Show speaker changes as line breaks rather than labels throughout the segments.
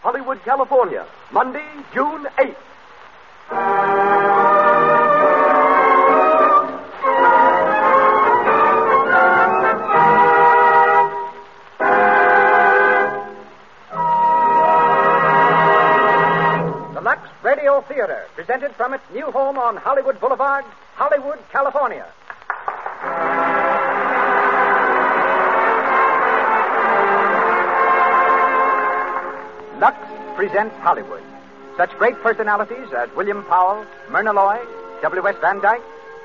Hollywood, California, Monday, June 8th. The Lux Radio Theater, presented from its new home on Hollywood Boulevard, Hollywood, California. Lux presents Hollywood. Such great personalities as William Powell, Myrna Loy, W.S. Van Dyke,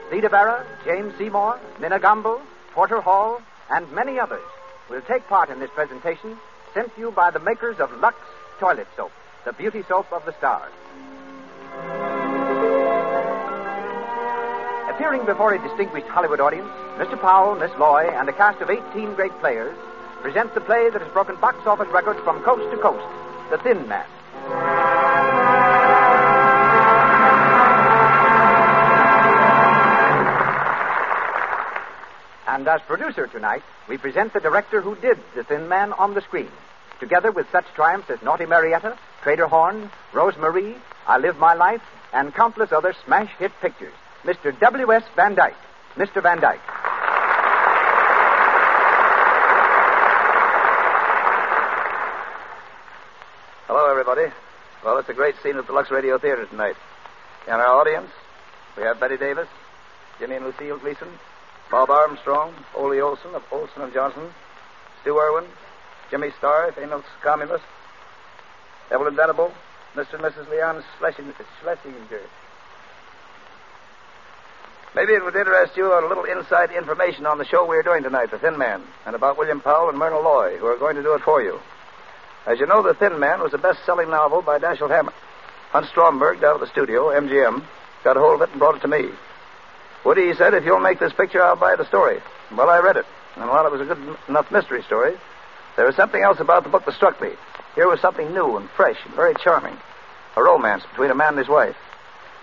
Theda Vera, James Seymour, Minna Gumbel, Porter Hall, and many others will take part in this presentation sent you by the makers of Lux Toilet Soap, the beauty soap of the stars. Appearing before a distinguished Hollywood audience, Mr. Powell, Miss Loy, and a cast of 18 great players present the play that has broken box office records from coast to coast The Thin Man. And as producer tonight, we present the director who did The Thin Man on the screen, together with such triumphs as Naughty Marietta, Trader Horn, Rose Marie, I Live My Life, and countless other smash hit pictures. Mr. W.S. Van Dyke. Mr. Van Dyke.
Hello, everybody. Well, it's a great scene at the Lux Radio Theater tonight. In our audience, we have Betty Davis, Jimmy and Lucille Gleason, Bob Armstrong, Ole Olson of Olson and Johnson, Stu Irwin, Jimmy Starr, famous communist, Evelyn Venable, Mr. and Mrs. Leon Schlesing- Schlesinger. Maybe it would interest you on a little inside information on the show we're doing tonight, The Thin Man, and about William Powell and Myrna Loy, who are going to do it for you. As you know, The Thin Man was a best-selling novel by Dashiell Hammett. Hunt Stromberg, down at the studio, MGM, got a hold of it and brought it to me. Woody, he said, if you'll make this picture, I'll buy the story. Well, I read it, and while it was a good en- enough mystery story, there was something else about the book that struck me. Here was something new and fresh and very charming. A romance between a man and his wife.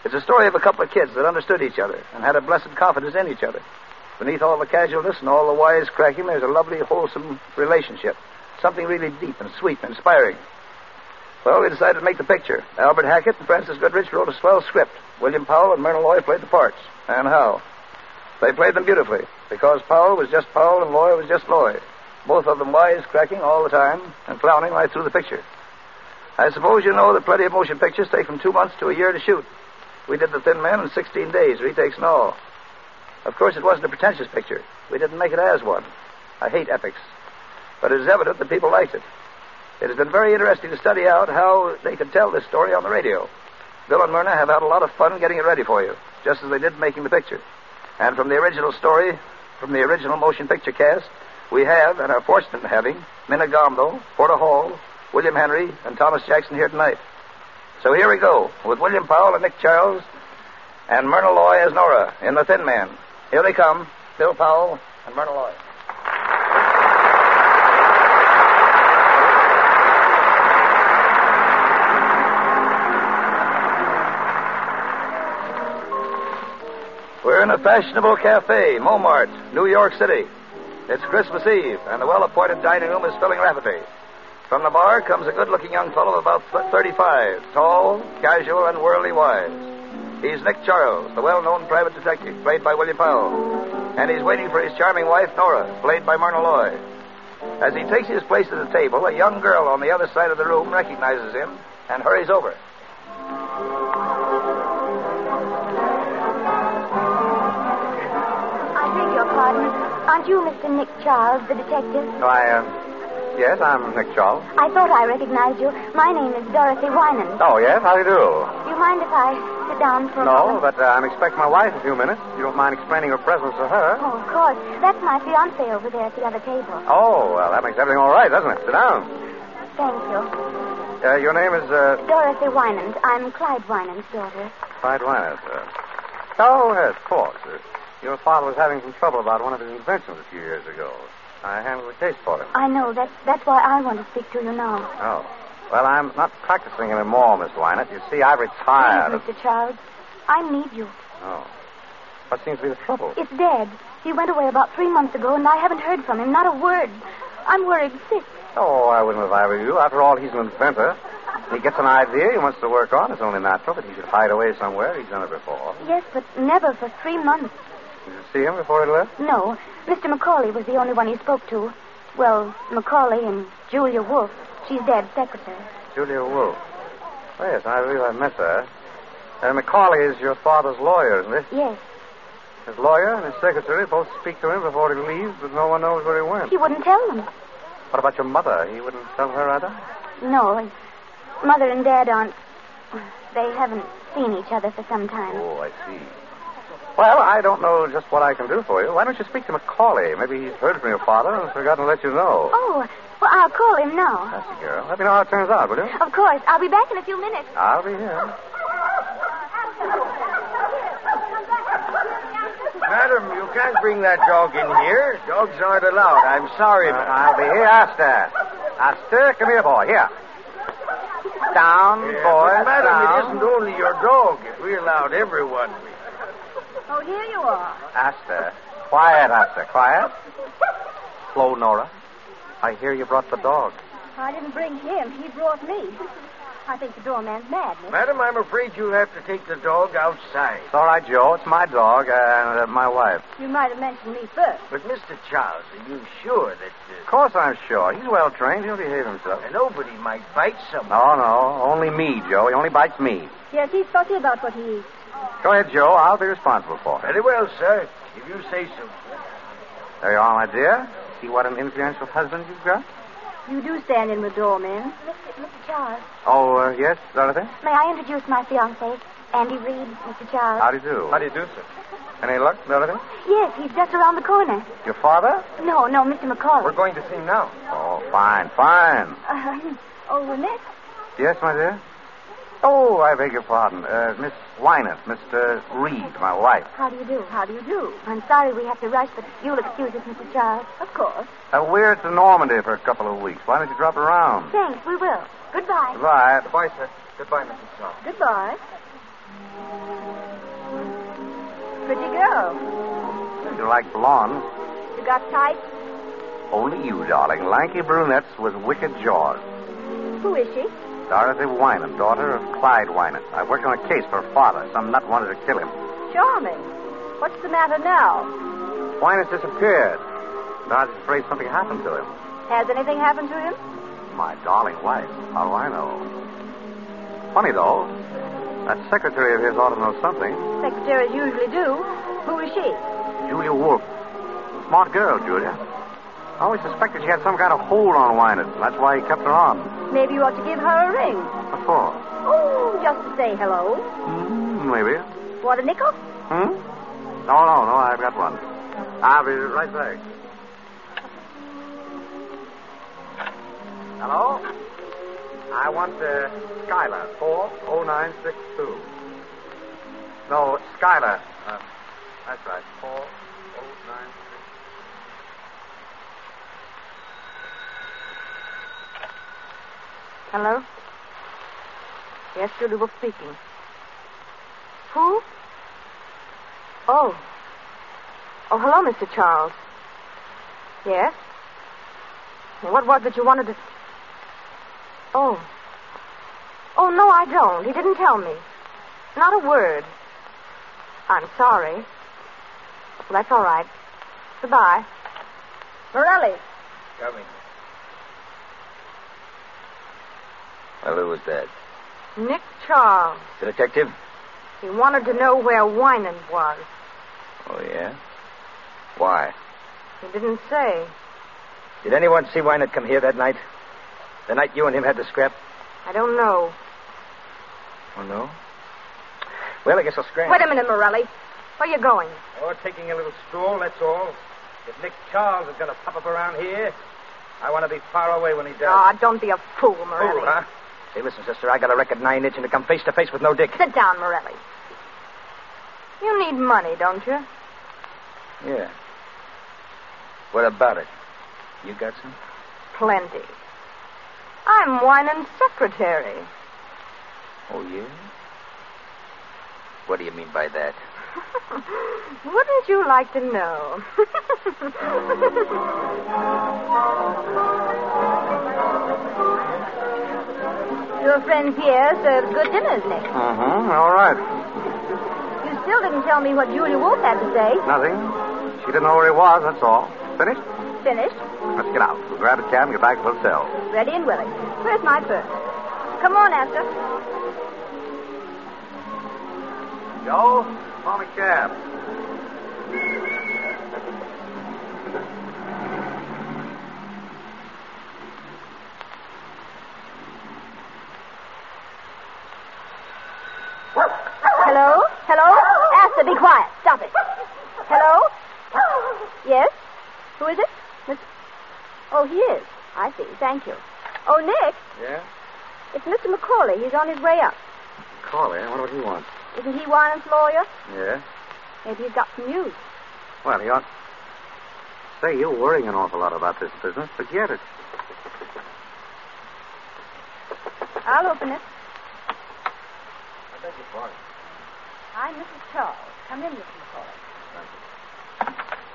It's a story of a couple of kids that understood each other and had a blessed confidence in each other. Beneath all the casualness and all the wisecracking, there's a lovely, wholesome relationship. Something really deep and sweet and inspiring. Well, we decided to make the picture. Albert Hackett and Francis Goodrich wrote a swell script. William Powell and Myrna Loy played the parts. And how? They played them beautifully, because Powell was just Powell and Loy was just Loy. Both of them wisecracking all the time and clowning right through the picture. I suppose you know that plenty of motion pictures take from two months to a year to shoot. We did The Thin Man in 16 days, retakes and all. Of course, it wasn't a pretentious picture. We didn't make it as one. I hate epics. But it is evident that people liked it. It has been very interesting to study out how they could tell this story on the radio. Bill and Myrna have had a lot of fun getting it ready for you, just as they did making the picture. And from the original story, from the original motion picture cast, we have, and are fortunate in having, Minna Gombo, Porter Hall, William Henry, and Thomas Jackson here tonight. So here we go, with William Powell and Nick Charles, and Myrna Loy as Nora in The Thin Man. Here they come, Bill Powell and Myrna Loy. We're in a fashionable cafe, Momart, New York City. It's Christmas Eve, and the well appointed dining room is filling rapidly. From the bar comes a good looking young fellow of about th- 35, tall, casual, and worldly wise. He's Nick Charles, the well known private detective, played by William Powell. And he's waiting for his charming wife, Nora, played by Myrna Loy. As he takes his place at the table, a young girl on the other side of the room recognizes him and hurries over.
I beg your pardon. Aren't you Mr. Nick Charles, the detective?
Why, uh, yes, I'm Nick Charles.
I thought I recognized you. My name is Dorothy Wynan.
Oh, yes, how do you do?
Do you mind if I sit down for a
No,
moment?
but uh, I'm expecting my wife in a few minutes. You don't mind explaining your presence to her?
Oh, of course. That's my fiancé over there at the other table.
Oh, well, that makes everything all right, doesn't it? Sit down.
Thank you.
Uh, your name is uh,
Dorothy Winans. I'm Clyde Winans' daughter.
Clyde Wyner, sir. Oh, yes, of course. Uh, your father was having some trouble about one of his inventions a few years ago. I handled the case for him.
I know. That's, that's why I want to speak to you now.
Oh. Well, I'm not practicing anymore, Miss Wynant. You see, I've retired.
Please, Mr. Childs. I need you.
Oh. What seems to be the trouble?
It's dead. He went away about three months ago, and I haven't heard from him. Not a word. I'm worried sick.
Oh, I wouldn't if I were you. After all, he's an inventor. He gets an idea he wants to work on. It's only natural that he should hide away somewhere. He's done it before.
Yes, but never for three months.
Did you see him before he left?
No. Mr. Macaulay was the only one he spoke to. Well, Macaulay and Julia Wolf. She's Dad's secretary.
Julia Wolf. Oh, yes, I believe I met her. Uh, Macaulay is your father's lawyer, isn't he?
Yes.
His lawyer and his secretary both speak to him before he leaves, but no one knows where he went.
He wouldn't tell them.
What about your mother? He wouldn't tell her either?
No. and Mother and Dad aren't. They haven't seen each other for some time.
Oh, I see. Well, I don't know just what I can do for you. Why don't you speak to Macaulay? Maybe he's heard from your father and has forgotten to let you know.
Oh, well, I'll call him now.
That's the girl. Let me know how it turns out, will you?
Of course. I'll be back in a few minutes.
I'll be here.
Madam, you can't bring that dog in here. Dogs aren't allowed. I'm sorry, madam.
I'll be here after. After, come here, boy. Here. Down,
Yeah,
boy.
but madam,
down.
it isn't only your dog. If we allowed everyone, we...
Oh, here you are.
Asta. Quiet, Asta. Quiet. Slow, Nora. I hear you brought the dog.
I didn't bring him. He brought me. I think the doorman's mad. Nick.
Madam, I'm afraid you'll have to take the dog outside.
It's all right, Joe. It's my dog and uh, my wife.
You might have mentioned me first.
But, Mr. Charles, are you sure that
Of course I'm sure. He's well trained. He'll behave himself.
uh, nobody might bite someone?
No, no. Only me, Joe. He only bites me.
Yes, he's fussy about what he eats.
Go ahead, Joe. I'll be responsible for it.
Very well, sir. If you say so.
There you are, my dear. See what an influential husband you've got?
You do stand in with doormen.
Mr. Mr. Charles,
Oh, uh, yes, Dorothy?
may I introduce my fiancé, Andy Reed, Mr. Charles?
How do you do?
How do you do, sir?
Any luck, Dorothy?
Yes, he's just around the corner.
Your father?
No, no, Mr. Macaulay.
going to see him now.
Oh, fine, fine.
Uh,
Um, oh, Nick.
Yes, my dear? Oh, I beg your pardon. Uh, Miss Wynant, Mr. Reed, my wife.
How do you do?
How do you do?
I'm sorry we have to rush, but you'll excuse us, Mr. Charles.
Of course.
Uh, we're to Normandy for a couple of weeks. Why don't you drop around?
Thanks, we will. Goodbye.
Goodbye.
Goodbye, sir. Goodbye, Mrs. Charles.
Goodbye. Pretty girl.
You like blondes?
You got tight?
Only you, darling. Lanky brunettes with wicked jaws.
Who is she?
Dorothy Wynant, daughter of Clyde Wynant. I worked on a case for her father. Some nut wanted to kill him.
Charming. What's the matter now?
Wynant disappeared. Dorothy's afraid something happened to him.
Has anything happened to him?
My darling wife. How do I know? Funny, though. That secretary of his ought to know something.
Secretaries usually do. Who is she?
Julia Wolf. Smart girl, Julia. I always suspected she had some kind of hold on Wynant. That's why he kept her on.
Maybe you ought to give her a ring.
What for?
Oh, just to say hello.
Hmm, maybe.
Want a nickel?
Hmm? No, no, no. I've got one. I'll be right back. Hello? I want uh, Skylar, 40962. No, Skylar. Uh, that's right, oh, 40962.
Hello? Yes, Julie Wolf speaking. Who? Oh. Oh, hello, Mr. Charles. Yes? What was it you wanted to... Oh. Oh, no, I don't. He didn't tell me. Not a word. I'm sorry. Well, that's all right. Goodbye. Morelli.
Coming.
Well, who was that?
Nick Charles.
The detective?
He wanted to know where Winan was.
Oh, yeah? Why?
He didn't say.
Did anyone see Wynant come here that night? The night you and him had the scrap?
I don't know.
Oh, no? Well, I guess I'll scram.
Wait a minute, Morelli. Where you going?
Or taking a little stroll, that's all. If Nick Charles is going to pop up around here, I want to be far away when he does.
Ah, don't be a fool, Morelli.
Oh, huh?
Say, listen, sister, I got a record nine inch and to come face to face with no dick.
Sit down, Morelli. You need money, don't you?
Yeah. What about it? You got some?
Plenty. I'm Winan's secretary.
Oh, yeah? What do you mean by that?
Wouldn't you like to know?
Your friend Pierre served good dinners, Nick.
Mm-hmm. All right.
You still didn't tell me what Julia Wolf had to say.
Nothing. She didn't know where he was, that's all. Finished?
Finished.
Let's get out. We'll grab a cab and get back to the hotel.
Ready and willing. Where's my purse? Come on, Esther.
Joe, call a cab.
Hello? Hello? Asta, be quiet. Stop it. Hello? Yes? Who is it? Miss... Oh, he is. I see. Thank you. Oh, Nick,
Yeah?
it's Mr. McCauley. He's on his way up.
Call him. What do he want?
Isn't he Wyman's lawyer?
Yeah?
Maybe he's got some news.
Well, he ought. Say, you're worrying an awful lot about this business. Forget it.
I'll open it. I'm Mrs. Charles. Come in, Mr. McCauley.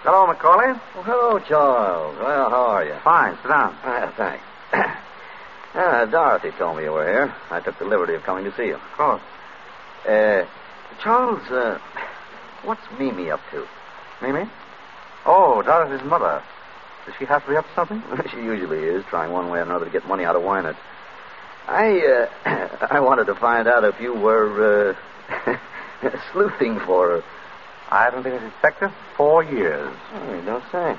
Hello, Macaulay.
Oh, hello, Charles. Well, how are you?
Fine, sit down.
Uh, thanks. uh, Dorothy told me you were here. I took the liberty of coming to see you.
Of course.
Uh, Charles, uh, what's Mimi up to?
Mimi? Oh, Dorothy's mother. Does she have to be up to something?
she usually is, trying one way or another to get money out of Wynette. I, uh, I wanted to find out if you were, uh, sleuthing for her.
I haven't been a detective four years.
Oh, you don't say.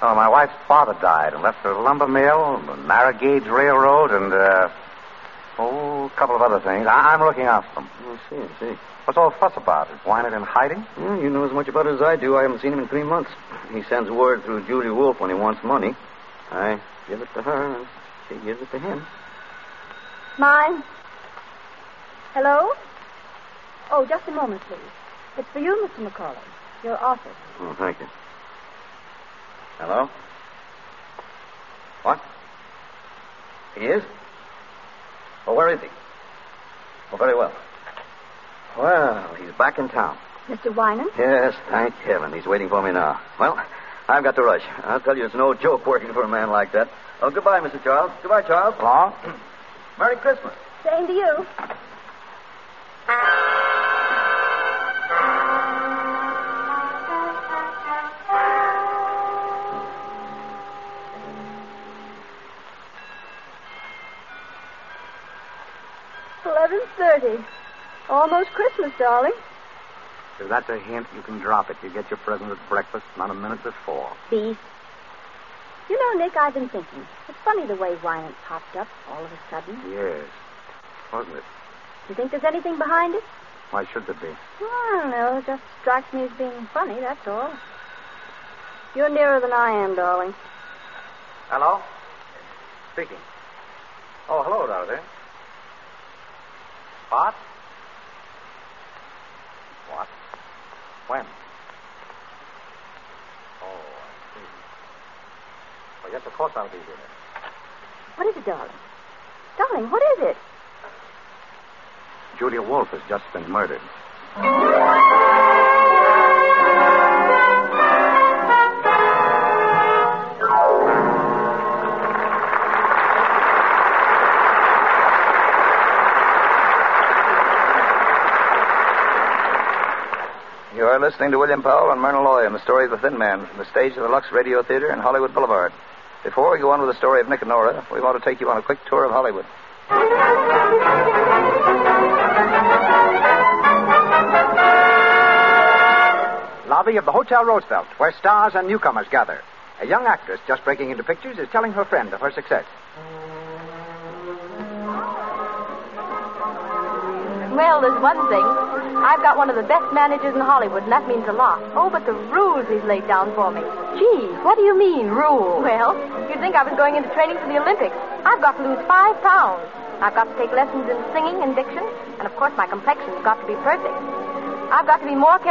Oh, my wife's father died and left her a lumber mill, the narrow gauge railroad, and, uh, oh, a couple of other things. I- I'm looking after them.
I see, I see.
What's all the fuss about? Is Wynette in hiding?
Yeah, you know as much about it as I do. I haven't seen him in three months. He sends word through Julie Wolf when he wants money. I give it to her, and she gives it to him.
Mine? Hello? Oh, just a moment, please. It's for you, Mr. McCauley. Your office.
Oh, thank you. Hello? What? He is? Oh, where is he? Oh, very well. Well, he's back in town.
Mr. Wynan?
Yes, thank heaven. He's waiting for me now. Well, I've got to rush. I'll tell you, it's no joke working for a man like that. Oh, goodbye, Mr. Charles. Goodbye, Charles.
Hello? Merry Christmas.
Same to you. Eleven thirty. Almost Christmas, darling.
If that's a hint, you can drop it. You get your present at breakfast, not a minute before.
Beast. You know, Nick, I've been thinking. It's funny the way Wyant popped up all of a sudden.
Yes. Wasn't it?
You think there's anything behind it?
Why should there be?
Well, I don't know. It just strikes me as being funny, that's all. You're nearer than I am, darling.
Hello? Speaking. Oh, hello, Dorothy. What? What? When? Oh, I see. Well, yes, of course I'll be here.
What is it, darling? Darling, what is it?
Julia Wolf has just been murdered.
You are listening to William Powell and Myrna Loy in the story of the Thin Man from the stage of the Lux Radio Theater in Hollywood Boulevard. Before we go on with the story of Nick and Nora, we want to take you on a quick tour of Hollywood.
Lobby of the Hotel Roosevelt, where stars and newcomers gather. A young actress just breaking into pictures is telling her friend of her success.
Well, there's one thing. I've got one of the best managers in Hollywood, and that means a lot. Oh, but the rules he's laid down for me. Gee, what do you mean, rules? Well, you'd think I was going into training for the Olympics. I've got to lose five pounds. I've got to take lessons in singing and diction, and of course my complexion's got to be perfect. I've got to be more careful.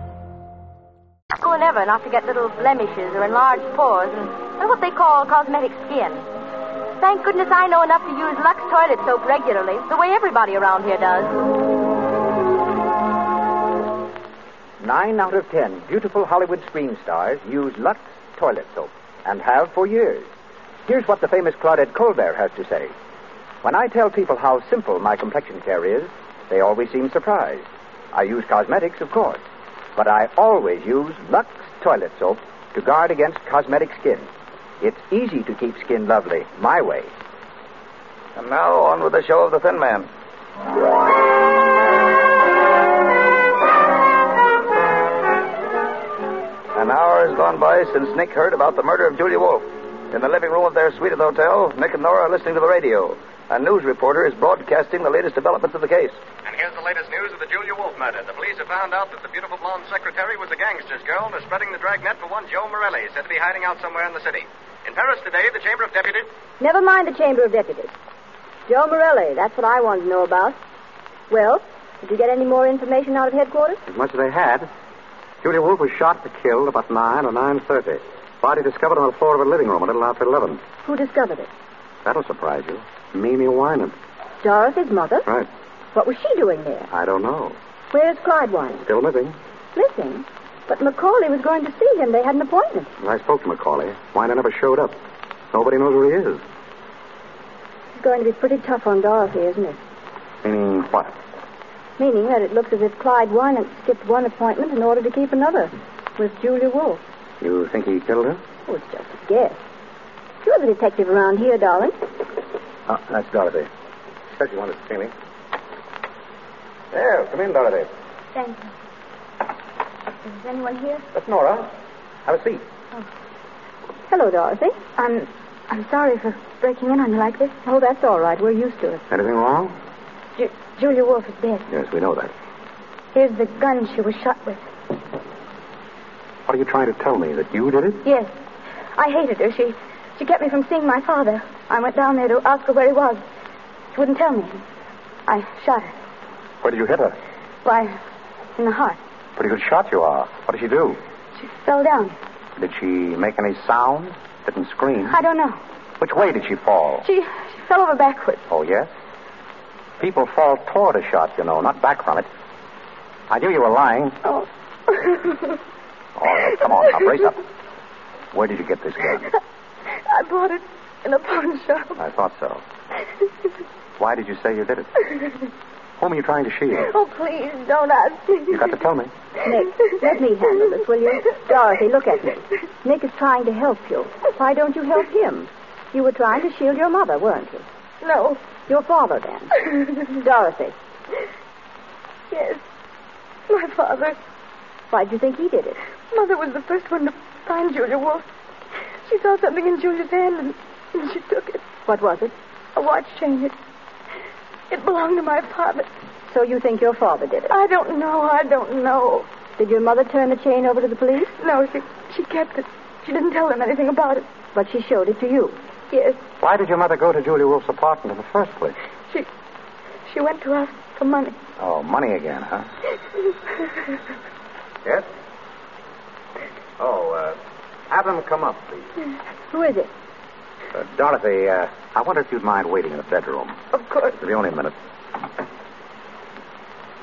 school ever not to get little blemishes or enlarged pores and, and what they call cosmetic skin. Thank goodness I know enough to use Lux toilet soap regularly, the way everybody around here does.
Nine out of ten beautiful Hollywood screen stars use Lux toilet soap and have for years. Here's what the famous Claudette Colbert has to say. When I tell people how simple my complexion care is, they always seem surprised. I use cosmetics, of course but I always use Lux toilet soap to guard against cosmetic skin. It's easy to keep skin lovely my way.
And now on with the show of the Thin Man. An hour has gone by since Nick heard about the murder of Julia Wolf. In the living room of their suite at the hotel, Nick and Nora are listening to the radio. A news reporter is broadcasting the latest developments of the case.
And here's the latest news of the Julia Wolf murder. The police have found out that the beautiful blonde secretary was a gangster's girl and is spreading the dragnet for one Joe Morelli, said to be hiding out somewhere in the city. In Paris today, the Chamber of Deputies.
Never mind the Chamber of Deputies. Joe Morelli, that's what I want to know about. Well, did you get any more information out of headquarters?
As much as they had. Julia Wolf was shot and killed about 9 or 9.30. Body discovered on the floor of her living room a little after 11.
Who discovered it?
That'll surprise you. Mimi Wyman.
Dorothy's mother?
Right.
What was she doing there?
I don't know.
Where's Clyde Wyman?
Still living.
Living? But Macaulay was going to see him. They had an appointment.
I spoke to Macaulay. Wyman never showed up. Nobody knows where he is.
It's going to be pretty tough on Dorothy, isn't it?
Meaning what?
Meaning that it looks as if Clyde Wyman skipped one appointment in order to keep another with Julia Wolf.
You think he killed her?
Oh, it's just a guess. You're the detective around here, darling.
Oh, that's Dorothy. Said you wanted to see me.
There, come in, Dorothy.
Thank you. Is anyone here?
That's Nora. Have a seat.
Oh. Hello, Dorothy.
I'm I'm sorry for breaking in on you like this.
Oh, that's all right. We're used to it.
Anything wrong?
Ju- Julia Wolf is dead.
Yes, we know that.
Here's the gun she was shot with.
What are you trying to tell me? That you did it?
Yes. I hated her. She she kept me from seeing my father. I went down there to ask her where he was. She wouldn't tell me. I shot her.
Where did you hit her?
Why, in the heart.
Pretty good shot you are. What did she do?
She fell down.
Did she make any sound? Didn't scream?
I don't know.
Which way did she fall?
She, she fell over backwards.
Oh, yes? People fall toward a shot, you know, not back from it. I knew you were lying.
Oh.
all right, come on, now, brace up. Where did you get this gun?
I bought it in a pawn shop.
I thought so. Why did you say you did it? Whom are you trying to shield?
Oh, please, don't ask me.
You got to tell me.
Nick, let me handle this, will you? Dorothy, look at me. Nick is trying to help you. Why don't you help him? You were trying to shield your mother, weren't you?
No.
Your father, then. Dorothy.
Yes. My father.
Why do you think he did it?
Mother was the first one to find Julia Wolf. She saw something in Julia's hand, and, and she took it.
What was it?
A watch chain. It, it belonged to my father.
So you think your father did it?
I don't know. I don't know.
Did your mother turn the chain over to the police?
No, she she kept it. She didn't tell them anything about it.
But she showed it to you.
Yes.
Why did your mother go to Julia Wolf's apartment in the first place?
She she went to ask for money.
Oh, money again, huh?
Yes?
Oh, uh, have them come up, please.
Who is it?
Uh, Dorothy, uh, I wonder if you'd mind waiting in the bedroom.
Of course.
It'll be only a minute.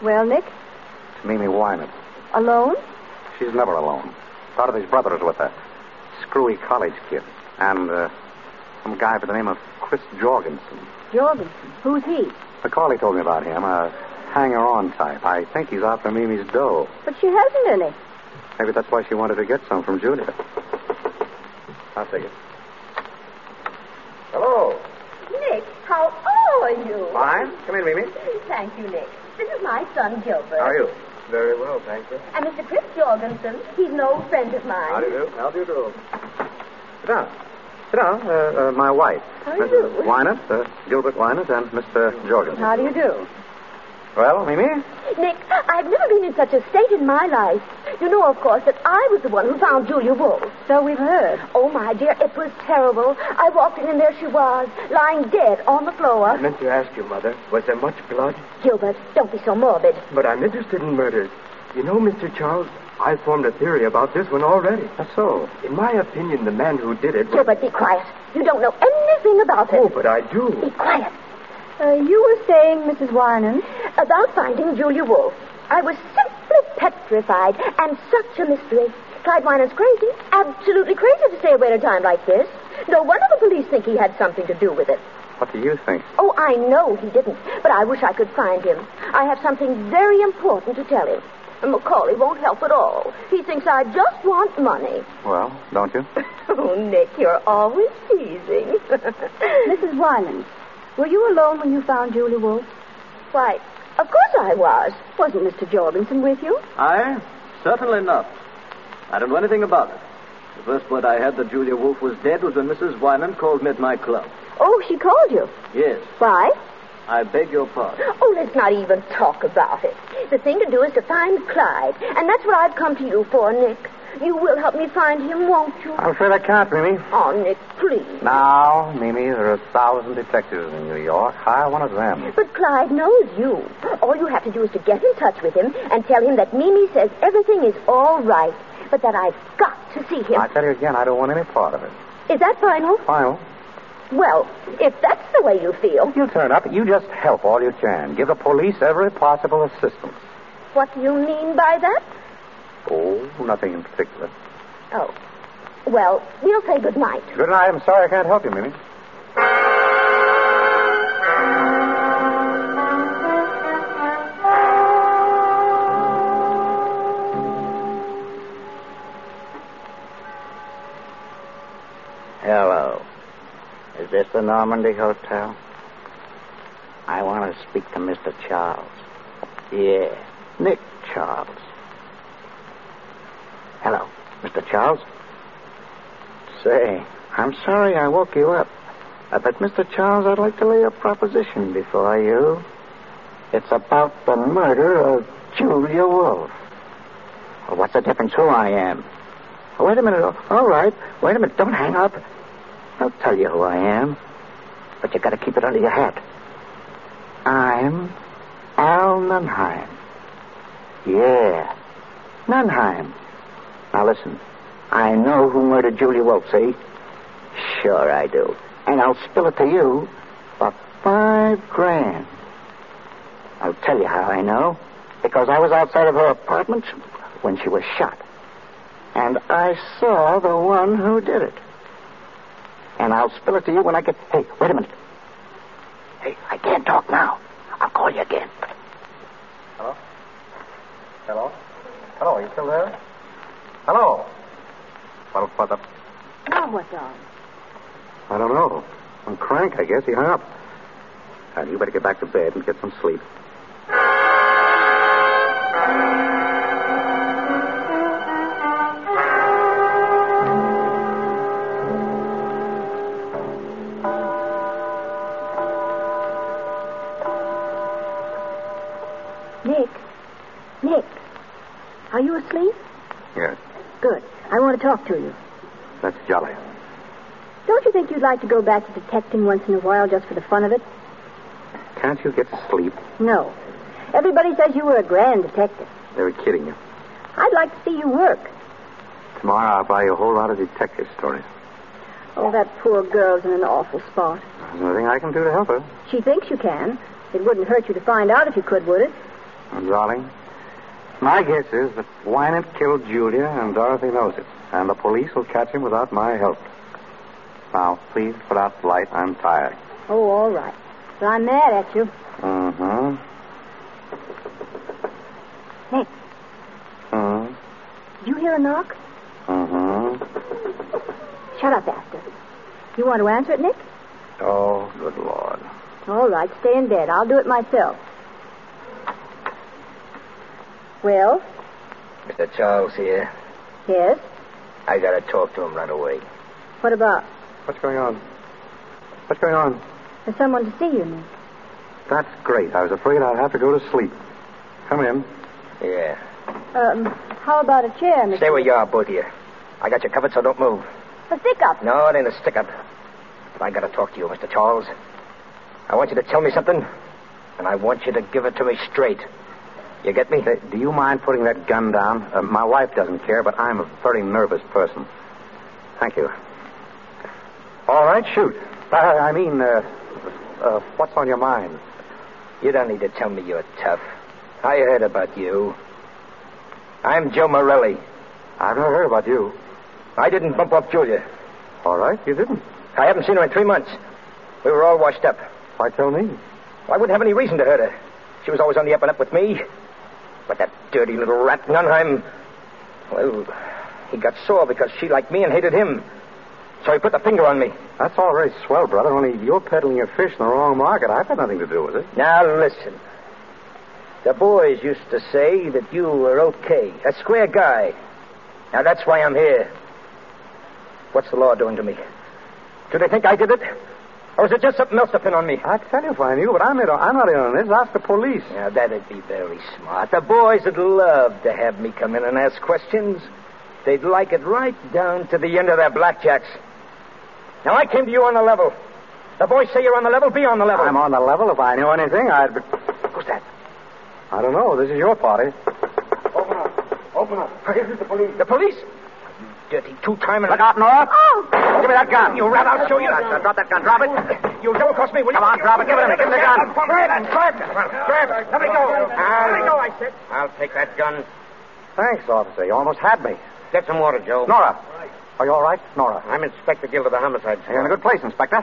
Well, Nick?
It's Mimi Wyman.
Alone?
She's never alone. Dorothy's brother is with her. Screwy college kid. And, uh, some guy by the name of Chris Jorgensen.
Jorgensen? Who's he?
McCauley told me about him. A hanger-on type. I think he's after Mimi's dough.
But she hasn't any.
Maybe that's why she wanted to get some from Julia. I'll take it.
Hello.
Nick, how are you?
Fine. Come in, Mimi.
Thank you, Nick. This is my son, Gilbert.
How are you? Very well, thank you.
And Mr. Chris Jorgensen, he's an old friend of mine.
How do you do? How do you do?
Sit down. Sit down. Uh, uh, my wife.
How do you
Mrs.
do?
Wynant, uh, Gilbert Wynant, and Mr. Jorgensen.
How do you do?
Well, Mimi?
Nick, I've never been in such a state in my life. You know, of course, that I was the one who found Julia Wolf.
So we've heard.
Oh, my dear, it was terrible. I walked in and there she was, lying dead on the floor.
I meant to ask you, Mother, was there much blood?
Gilbert, don't be so morbid.
But I'm interested in murders. You know, Mr. Charles, I formed a theory about this one already.
That's so.
In my opinion, the man who did it was...
Gilbert, be quiet. You don't know anything about it.
Oh, but I do.
Be quiet.
Uh, you were saying, Mrs. Wynan?
About finding Julia Wolf. I was simply petrified, and such a mystery. Clyde Wynan's crazy, absolutely crazy to stay away at a time like this. No wonder the police think he had something to do with it.
What do you think?
Oh, I know he didn't, but I wish I could find him. I have something very important to tell him. And Macaulay won't help at all. He thinks I just want money.
Well, don't you?
Oh, Nick, you're always teasing.
Mrs. Wynan, were you alone when you found Julia Wolf?
Why, of course I was.
Wasn't Mr. Jorgensen with you?
I? Certainly not. I don't know anything about it. The first word I had that Julia Wolf was dead was when Mrs. Wyman called me at my club.
Oh, she called you?
Yes.
Why?
I beg your pardon.
Oh, let's not even talk about it. The thing to do is to find Clyde, and that's what I've come to you for, Nick. You will help me find him, won't you?
I'm afraid I can't, Mimi.
Oh, Nick, please.
Now, Mimi, there are a thousand detectives in New York. Hire one of them.
But Clyde knows you. All you have to do is to get in touch with him and tell him that Mimi says everything is all right, but that I've got to see him.
I tell you again, I don't want any part of it.
Is that final?
Final.
Well, if that's the way you feel.
You turn up. You just help all you can. Give the police every possible assistance.
What do you mean by that?
Oh, nothing in particular.
Oh. Well, we'll say good night.
Good night. I'm sorry I can't help you, Minnie.
Hello. Is this the Normandy Hotel? I want to speak to Mr. Charles. Yeah, Nick Charles. Hello, Mr. Charles. Say, I'm sorry I woke you up. Uh, but, Mr. Charles, I'd like to lay a proposition before you. It's about the murder of Julia Wolf. Well, what's the difference who I am? Oh, wait a minute. Oh, All right. Wait a minute. Don't hang up. I'll tell you who I am. But you got to keep it under your hat. I'm Al Nunheim. Yeah. Nunheim. Now listen. I know who murdered Julia Wolf, see? Sure I do. And I'll spill it to you for five grand. I'll tell you how I know. Because I was outside of her apartment when she was shot. And I saw the one who did it. And I'll spill it to you when I get. Hey, wait a minute. Hey, I can't talk now. I'll call you again.
Hello? Hello? Hello, are you still there? Hello? Well, what the.
Now what, Don?
I don't know. I'm crank, I guess. He hung up. Now, you better get back to bed and get some sleep.
Nick. Nick. Are you asleep?
Yes.
Good. I want to talk to you.
That's jolly.
Don't you think you'd like to go back to detecting once in a while just for the fun of it?
Can't you get to sleep?
No. Everybody says you were a grand detective.
They were kidding you.
I'd like to see you work.
Tomorrow I'll buy you a whole lot of detective stories.
Oh, that poor girl's in an awful spot.
There's nothing I can do to help her.
She thinks you can. It wouldn't hurt you to find out if you could, would it?
Well, darling, my guess is that Wynant killed Julia, and Dorothy knows it. And the police will catch him without my help. Now, please put out the light. I'm tired.
Oh, all right. But I'm mad at you.
Mm-hmm.
Nick,
Mm-hmm.
did you hear a knock?
Mm-hmm.
Shut up, Astor. You want to answer it, Nick?
Oh, good Lord.
All right, stay in bed. I'll do it myself. Well,
Mr. Charles here.
yes.
I gotta talk to him right away.
What about?
What's going on? What's going on?
There's someone to see you, Nick.
That's great. I was afraid I'd have to go to sleep. Come in.
Yeah.
Um, how about a chair, Mr.
Stay where you are, both of you. I got you covered, so don't move.
A stick up.
No, it ain't a stick up. But I gotta talk to you, Mr. Charles. I want you to tell me something, and I want you to give it to me straight. You get me?
Do you mind putting that gun down? Uh, my wife doesn't care, but I'm a very nervous person. Thank you. All right, shoot. Uh, I mean, uh, uh, what's on your mind?
You don't need to tell me you're tough. I heard about you. I'm Joe Morelli.
I've never heard about you.
I didn't bump up Julia.
All right, you didn't.
I haven't seen her in three months. We were all washed up.
Why tell me?
I wouldn't have any reason to hurt her. She was always on the up and up with me. But that dirty little rat Nunheim, well, he got sore because she liked me and hated him. So he put the finger on me.
That's all very swell, brother, only you're peddling your fish in the wrong market. I've had nothing to do with it.
Now listen. The boys used to say that you were okay, a square guy. Now that's why I'm here. What's the law doing to me? Do they think I did it? Or is it just something else to pin on me?
I'd tell you if I knew, but I'm, in, I'm not in on this. Ask the police.
Now, that'd be very smart. The boys would love to have me come in and ask questions. They'd like it right down to the end of their blackjacks. Now, I came to you on the level. The boys say you're on the level. Be on the level.
I'm on the level. If I knew anything, I'd be...
Who's that?
I don't know. This is your party.
Open up. Open up. This is the police. The police? You dirty two-timer.
Look out, Nora.
Oh!
Give me that gun.
You rat, I'll show you.
Now, drop that gun. Drop it.
You double cross me, will you?
Come on, drop it. Give it to me. Give me the gun.
Grab him. Grab him. Grab him. Let me go.
I'll-
Let me go, I said.
I'll take that gun.
Thanks, officer. You almost had me.
Get some water, Joe.
Nora. Are you all right, Nora?
I'm Inspector Guild of the Homicide
You're in
Squad.
a good place, Inspector.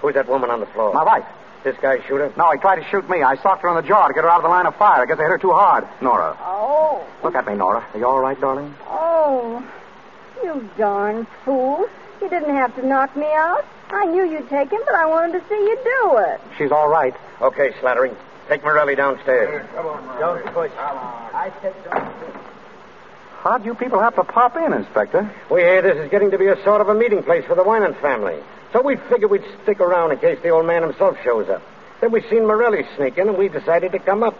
Who's that woman on the floor?
My wife.
This guy shoot her?
No, he tried to shoot me. I socked her in the jaw to get her out of the line of fire. I guess I hit her too hard. Nora.
Oh,
Look at me, Nora. Are you all right, darling?
oh. You darn fool. You didn't have to knock me out. I knew you'd take him, but I wanted to see you do it.
She's all right.
Okay, Slattery. Take Morelli downstairs.
Don't push. I said don't push.
How'd you people have to pop in, Inspector?
We hear this is getting to be a sort of a meeting place for the Winant family. So we figured we'd stick around in case the old man himself shows up. Then we seen Morelli sneak in, and we decided to come up.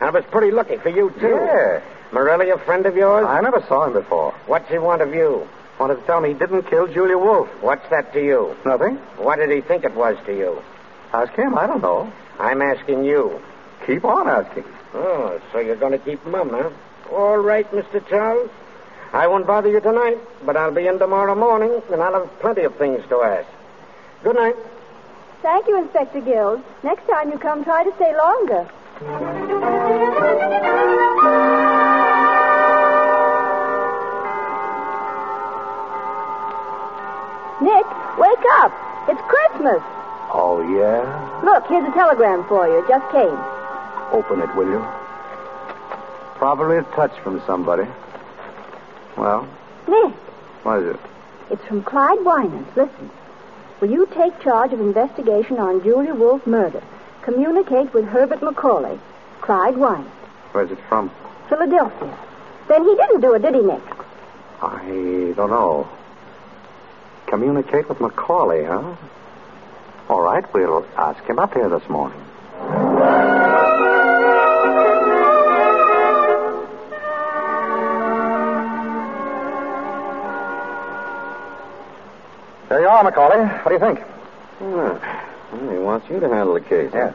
And it was pretty lucky for you, too.
Yeah.
Morelli, a friend of yours?
I never saw him before.
What's he want of you?
Wanted to tell me he didn't kill Julia Wolf.
What's that to you?
Nothing.
What did he think it was to you?
Ask him. I don't know.
I'm asking you.
Keep on asking.
Oh, so you're going to keep mum, huh? All right, Mr. Charles. I won't bother you tonight, but I'll be in tomorrow morning, and I'll have plenty of things to ask. Good night.
Thank you, Inspector Guild. Next time you come, try to stay longer.
Nick, wake up. It's Christmas.
Oh, yeah?
Look, here's a telegram for you. It just came.
Open it, will you? Probably a touch from somebody. Well,
Nick,
what is it?
it's from Clyde Winans. Listen. Will you take charge of investigation on Julia Wolf murder? Communicate with Herbert McCauley. Clyde Winans.
Where's it from?
Philadelphia. Then he didn't do it, did he, Nick?
I don't know. Communicate with Macaulay, huh? All right, we'll ask him up here this morning.
Thank you. Corley. What do you think?
Hmm. Well, He wants you to handle the case. Yeah.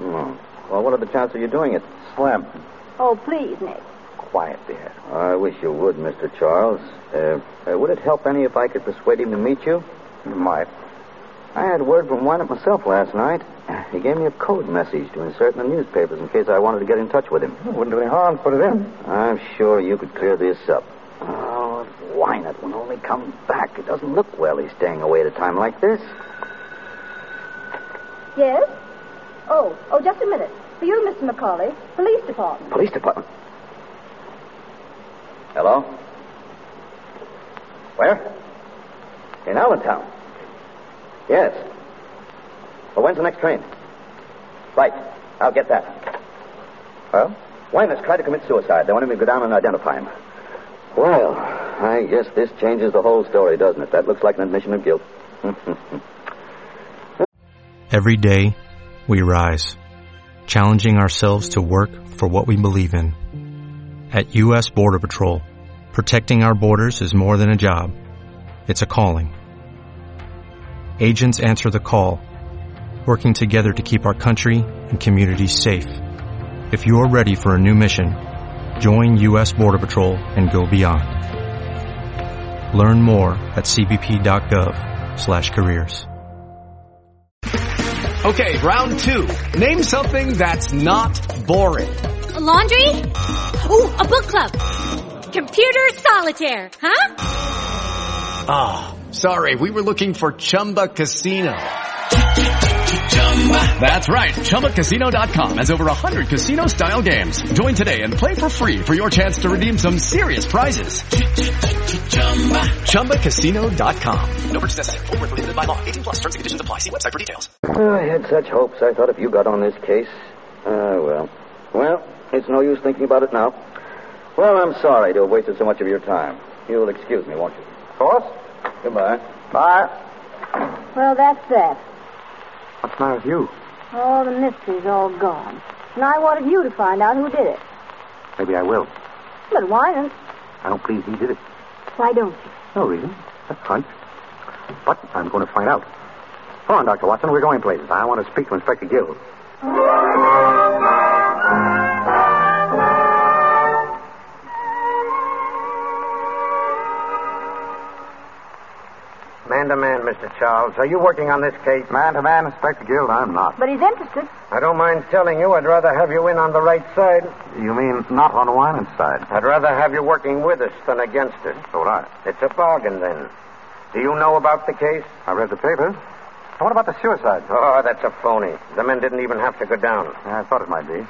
Well, what are the chances of you doing it? Slim.
Oh, please, Nick.
Quiet there. I wish you would, Mr. Charles. Uh, uh, would it help any if I could persuade him to meet you? It might. I had word from Wynant myself last night. He gave me a code message to insert in the newspapers in case I wanted to get in touch with him.
It wouldn't do any harm to put it in.
I'm sure you could clear this up. Oh, Wynant will only come back. It doesn't look well he's staying away at a time like this.
Yes? Oh, oh, just a minute. For you, Mr. McCauley, police department.
Police department. Hello? Where? In Allentown. Yes. Well, when's the next train? Right. I'll get that. Well? Wyman's tried to commit suicide. They wanted me to go down and identify him. Well, I guess this changes the whole story, doesn't it? That looks like an admission of guilt.
Every day, we rise, challenging ourselves to work for what we believe in. At U.S. Border Patrol, protecting our borders is more than a job. It's a calling. Agents answer the call, working together to keep our country and communities safe. If you're ready for a new mission, join U.S. Border Patrol and go beyond. Learn more at cbp.gov slash careers.
Okay, round two. Name something that's not boring.
A laundry? Ooh, a book club. Computer solitaire, huh?
Ah, sorry, we were looking for Chumba Casino. That's right, ChumbaCasino.com has over 100 casino style games. Join today and play for free for your chance to redeem some serious prizes. ChumbaCasino.com. No purchase necessary, Void where prohibited by law, 18 plus terms and conditions apply. See website for details.
Oh, I had such hopes. I thought if you got on this case. Oh, well. Well, it's no use thinking about it now. Well, I'm sorry to have wasted so much of your time. You'll excuse me, won't you? Of course. Goodbye. Bye.
Well, that's that.
What's the matter with you?
All the mystery's all gone. And I wanted you to find out who did it.
Maybe I will.
But why not?
I don't believe he did it.
Why don't
No reason. That's fine. But I'm going to find out. Come on, Dr. Watson. We're going places. I want to speak to Inspector Gill.
Man to man, Mr. Charles. Are you working on this case? Man to man, Inspector Guild, I'm not.
But he's interested.
I don't mind telling you, I'd rather have you in on the right side.
You mean not on Wynant's side?
I'd rather have you working with us than against us.
So would I.
It's a bargain, then. Do you know about the case?
I read the papers. And What about the suicide?
Oh, that's a phony. The men didn't even have to go down.
I thought it might be.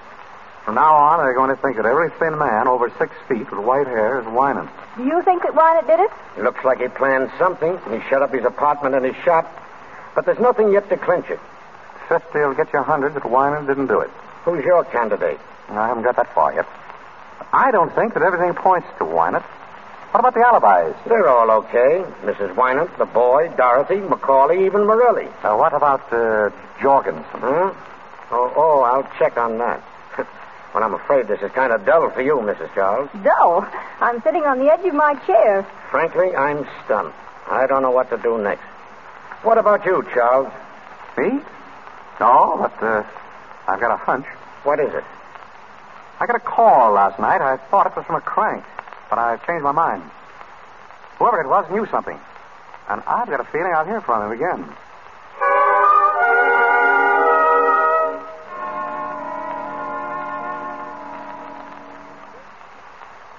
From now on, they're going to think that every thin man over six feet with white hair is Wynant.
Do you think that Wynant did it?
It looks like he planned something. He shut up his apartment and his shop. But there's nothing yet to clinch it.
Fifty will get you a hundred that Wynant didn't do it.
Who's your candidate?
I haven't got that far yet. I don't think that everything points to Wynant. What about the alibis?
They're all okay. Mrs. Wynant, the boy, Dorothy, Macaulay, even Morelli.
Uh, what about uh, Jorgensen?
Hmm? Oh, oh, I'll check on that. well, I'm afraid this is kind of dull for you, Mrs. Charles.
Dull. I'm sitting on the edge of my chair.
Frankly, I'm stunned. I don't know what to do next. What about you, Charles?
Me? No, but uh, I've got a hunch.
What is it?
I got a call last night. I thought it was from a crank, but I changed my mind. Whoever it was knew something. And I've got a feeling I'll hear from him again.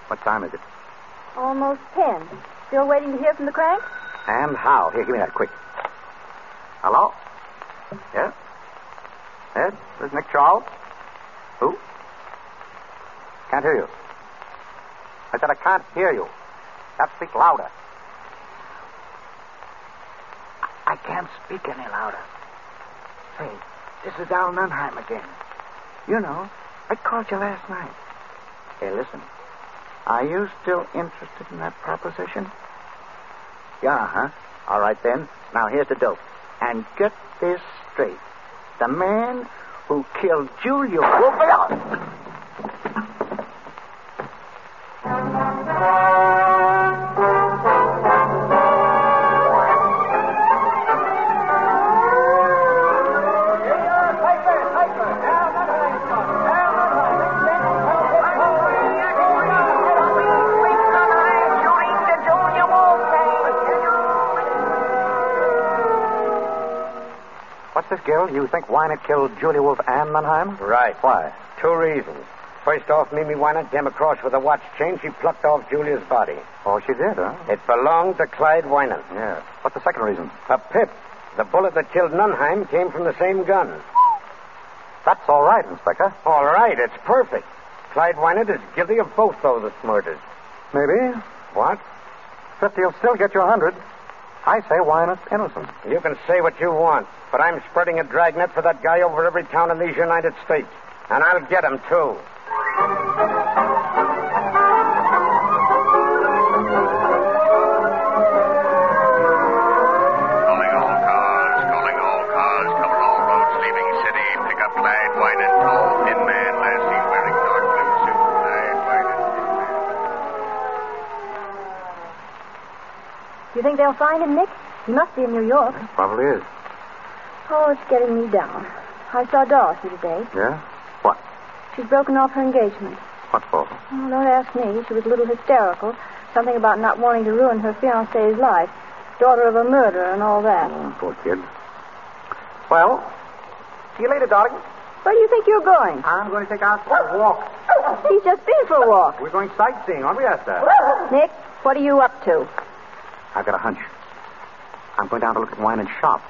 What time is it?
Almost ten. Still waiting to hear from the crank?
And how? Here, give me that quick. Hello? Yeah? Ed, this is Nick Charles. Who? Can't hear you. I said I can't hear you. You have to speak louder.
I can't speak any louder. Say, this is Al Nunheim again. You know, I called you last night. Hey, listen. Are you still interested in that proposition?
Yeah, huh? All right, then. Now, here's the dope. And get this straight. The man who killed Julia Wolf...
Jill, you think Wynant killed Julia Wolf and Mannheim?
Right.
Why?
Two reasons. First off, Mimi Wynant came across with a watch chain. She plucked off Julia's body.
Oh, she did, huh?
It belonged to Clyde Wynant.
Yeah. What's the second reason?
A pip. The bullet that killed Nunheim came from the same gun.
That's all right, Inspector.
All right, it's perfect. Clyde Wynant is guilty of both those murders.
Maybe.
What?
Fifty will still get you a hundred. I say Wynant's innocent.
You can say what you want, but I'm spreading a dragnet for that guy over every town in these United States. And I'll get him, too.
You think they'll find him, Nick? He must be in New York.
Probably is.
Oh, it's getting me down. I saw Dorothy today.
Yeah? What?
She's broken off her engagement.
What for?
Oh, don't ask me. She was a little hysterical. Something about not wanting to ruin her fiancé's life. Daughter of a murderer and all that.
Oh, poor kid.
Well, see you later, darling.
Where do you think you're going?
I'm going to take out for a walk.
He's just been for a walk.
We're going sightseeing, aren't we, Esther?
Nick, what are you up to?
I've got a hunch. I'm going down to look at Wynant's shop.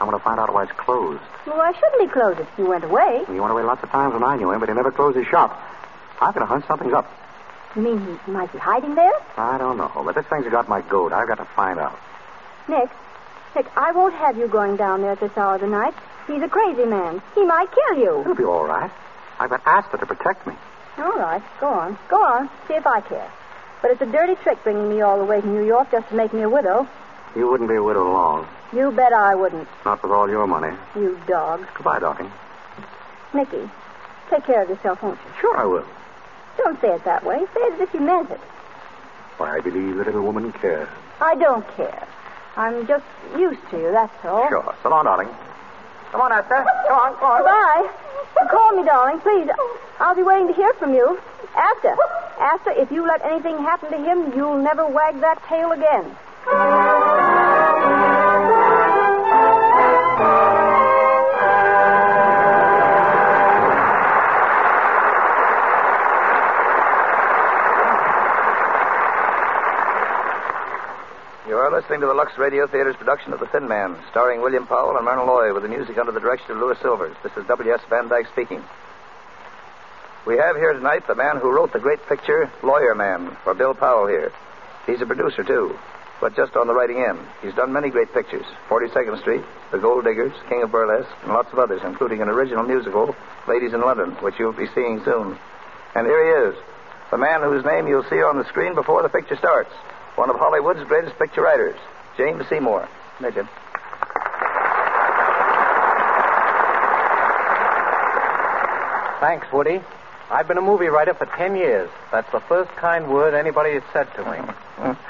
I'm going to find out why it's closed.
Well, why shouldn't he close it? He went away.
He went away lots of times when I knew him, but he never closed his shop. I've got a hunch something's up.
You mean he might be hiding there?
I don't know, but this thing's got my goat. I've got to find out.
Nick, Nick, I won't have you going down there at this hour of the night. He's a crazy man. He might kill you.
It'll be all right. I've got Asta to protect me.
All right, go on. Go on. See if I care. But it's a dirty trick bringing me all the way to New York just to make me a widow.
You wouldn't be a widow long.
You bet I wouldn't.
Not with all your money.
You dog.
Goodbye, Docking.
Nicky, take care of yourself, won't you?
Sure I will.
Don't say it that way. Say it as if you meant it.
Why, I believe the little woman cares.
I don't care. I'm just used to you, that's all.
Sure. So long, darling.
Come on, Esther. Come on, come on.
Goodbye. Call me, darling, please. I'll be waiting to hear from you. Asta, Asta, if you let anything happen to him, you'll never wag that tail again.
You are listening to the Lux Radio Theater's production of The Thin Man, starring William Powell and Myrna Loy, with the music under the direction of Louis Silvers. This is W.S. Van Dyke speaking. We have here tonight the man who wrote the great picture, Lawyer Man, for Bill Powell here. He's a producer, too, but just on the writing end. He's done many great pictures 42nd Street, The Gold Diggers, King of Burlesque, and lots of others, including an original musical, Ladies in London, which you'll be seeing soon. And here he is, the man whose name you'll see on the screen before the picture starts, one of Hollywood's greatest picture writers, James Seymour. There, Jim.
Thanks, Woody. I've been a movie writer for ten years. That's the first kind word anybody has said to me.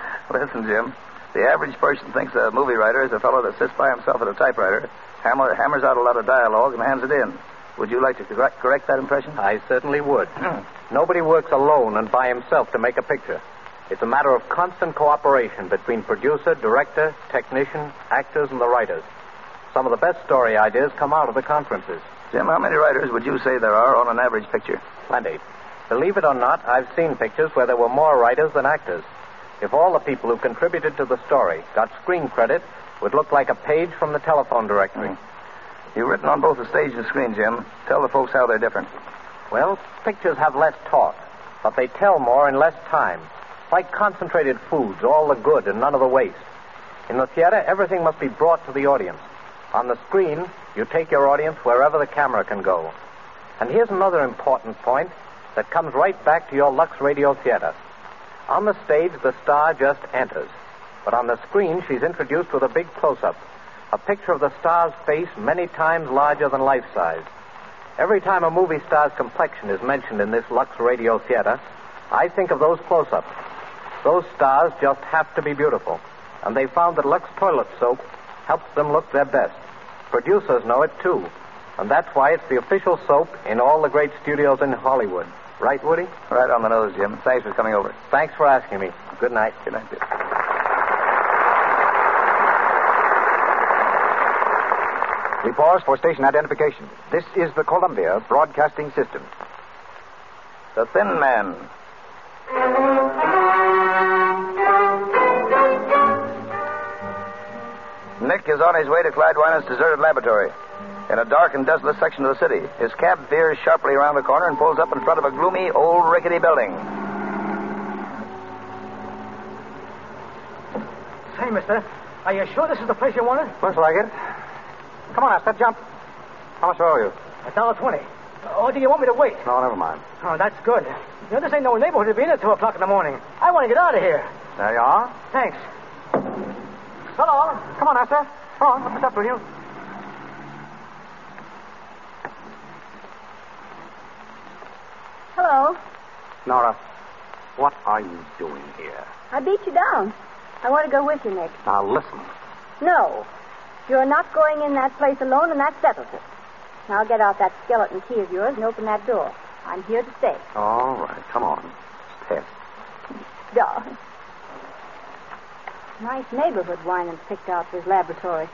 Listen, Jim. The average person thinks a movie writer is a fellow that sits by himself at a typewriter, hammer, hammers out a lot of dialogue, and hands it in. Would you like to correct, correct that impression?
I certainly would.
Hmm.
Nobody works alone and by himself to make a picture. It's a matter of constant cooperation between producer, director, technician, actors, and the writers. Some of the best story ideas come out of the conferences.
Jim, how many writers would you say there are on an average picture?
Plenty. Believe it or not, I've seen pictures where there were more writers than actors. If all the people who contributed to the story got screen credit, it would look like a page from the telephone directory. Mm.
Hmm. You've written on both the stage and screen, Jim. Tell the folks how they're different.
Well, pictures have less talk, but they tell more in less time. Like concentrated foods, all the good and none of the waste. In the theater, everything must be brought to the audience. On the screen, you take your audience wherever the camera can go. And here's another important point that comes right back to your Lux Radio Theater. On the stage, the star just enters. But on the screen, she's introduced with a big close up a picture of the star's face many times larger than life size. Every time a movie star's complexion is mentioned in this Lux Radio Theater, I think of those close ups. Those stars just have to be beautiful. And they found that Lux toilet soap helps them look their best. Producers know it too. And that's why it's the official soap in all the great studios in Hollywood. Right, Woody?
Right on the nose, Jim. Thanks for coming over.
Thanks for asking me. Good night.
Good night, Jim.
We pause for station identification. This is the Columbia Broadcasting System.
The Thin Man. Nick is on his way to Clyde Weiner's deserted laboratory. In a dark and desolate section of the city, his cab veers sharply around the corner and pulls up in front of a gloomy, old, rickety building.
Say, mister, are you sure this is the place you wanted?
Looks like it. Come on, Asta, jump. How much owe you?
A dollar twenty. Or do you want me to wait?
No, never mind.
Oh, that's good. You know, this ain't no neighborhood to be in at 2 o'clock in the morning. I want to get out of here.
There you are.
Thanks.
So long.
Oh.
Come on, Asta. Come on, what's up with you?
Hello.
Nora, what are you doing here?
I beat you down. I want to go with you, Nick.
Now listen.
No. You're not going in that place alone, and that settles it. Now get out that skeleton key of yours and open that door. I'm here to stay.
All right, come on. Stairs.
Darling. Nice neighborhood Wyman picked out for his laboratory.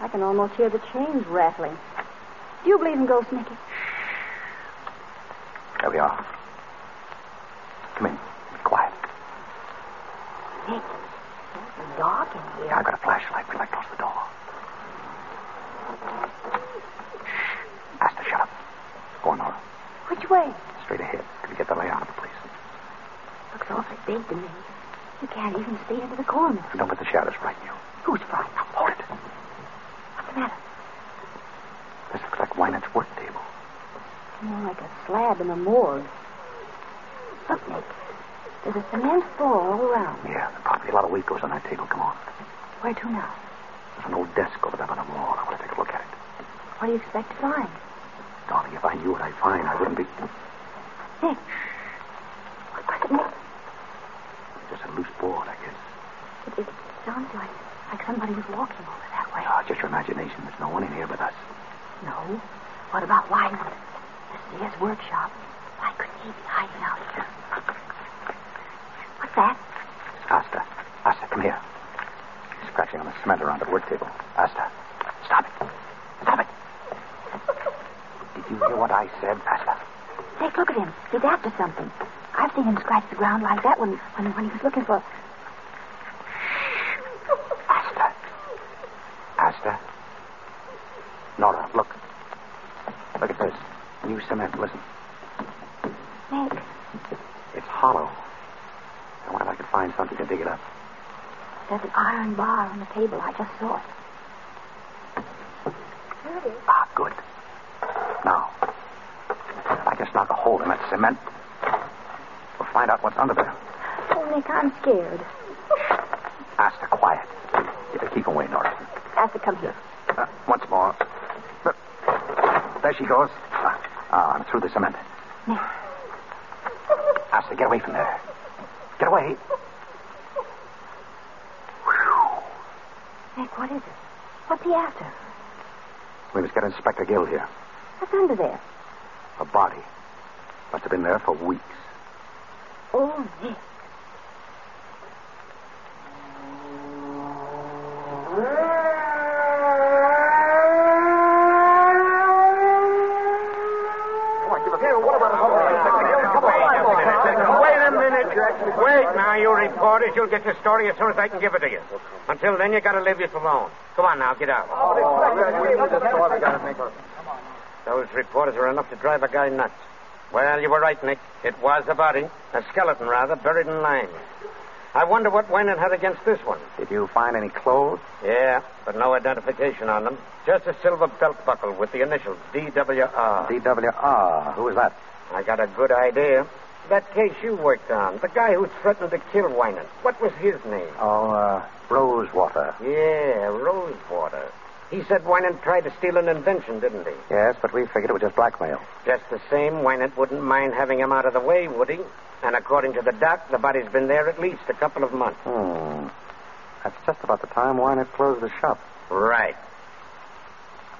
I can almost hear the chains rattling. Do you believe in ghosts, Nicky?
There we are. Come in. Be quiet.
Nick, there's a dog in here.
I've got a flashlight. We'll close the door. Shh. Asta, shut up. Go on, Nora.
Which way?
Straight ahead. Could you get the layout of the place?
Looks awfully big to me. You can't even see into the corners.
Don't let the shadows frighten you.
Who's frightened? Hold it. What's the matter?
This looks like Wynette's work table.
More like a slab in a morgue. Look, Nick. There's a cement floor all around.
Yeah, there's probably a lot of weight goes on that table. Come on.
Where to now?
There's an old desk over there by the wall. I want to take a look at it.
What do you expect to find?
Darling, if I knew what I'd find, I wouldn't be.
Nick. What was it, Nick?
Just a loose board, I guess.
It, it sounds like, like somebody was walking over that way.
Oh, just your imagination. There's no one in here but us.
No. What about Wyman? This is his workshop. Why couldn't he be hiding out here? What's that?
Asta. Asta, come here. Scratching on the cement around the work table. Asta, stop it. Stop it. Did you hear what I said, Asta?
Take a look at him. He's after something. I've seen him scratch the ground like that when, when, when he was looking for.
Asta. Asta. Nora, look. Look at this. New cement. Listen.
Nick.
It's hollow. I wonder if I could find something to dig it up.
There's an iron bar on the table. I just saw it.
Here it is.
Ah, good. Now, if I just knock a hole in that cement, we'll find out what's under there.
Oh, Nick, I'm scared.
Asta, quiet. Yeah, keep away, Nora.
Asta, come here.
Uh, once more. Look. There she goes. Ah, I'm through the cement.
Nick.
Asta, get away from there. Get away.
Nick, what is it? What's he after?
We must get Inspector Gill here.
What's under there?
A body. Must have been there for weeks.
Oh, Nick.
Wait a minute. Wait now, you reporters. You'll get your story as soon as I can give it to you. Until then, you gotta leave this alone. Come on now, get out. Those reporters are enough to drive a guy nuts. Well, you were right, Nick. It was a body, a skeleton rather, buried in lime. I wonder what Wayne had against this one.
Did you find any clothes?
Yeah, but no identification on them. Just a silver belt buckle with the initials DWR.
DWR. Who was that?
Uh. I got a good idea. That case you worked on, the guy who threatened to kill Wynan. What was his name?
Oh, uh, Rosewater.
Yeah, Rosewater. He said Wynant tried to steal an invention, didn't he?
Yes, but we figured it was just blackmail.
Just the same, Wynant wouldn't mind having him out of the way, would he? And according to the doc, the body's been there at least a couple of months.
Hmm. That's just about the time Wynant closed the shop.
Right.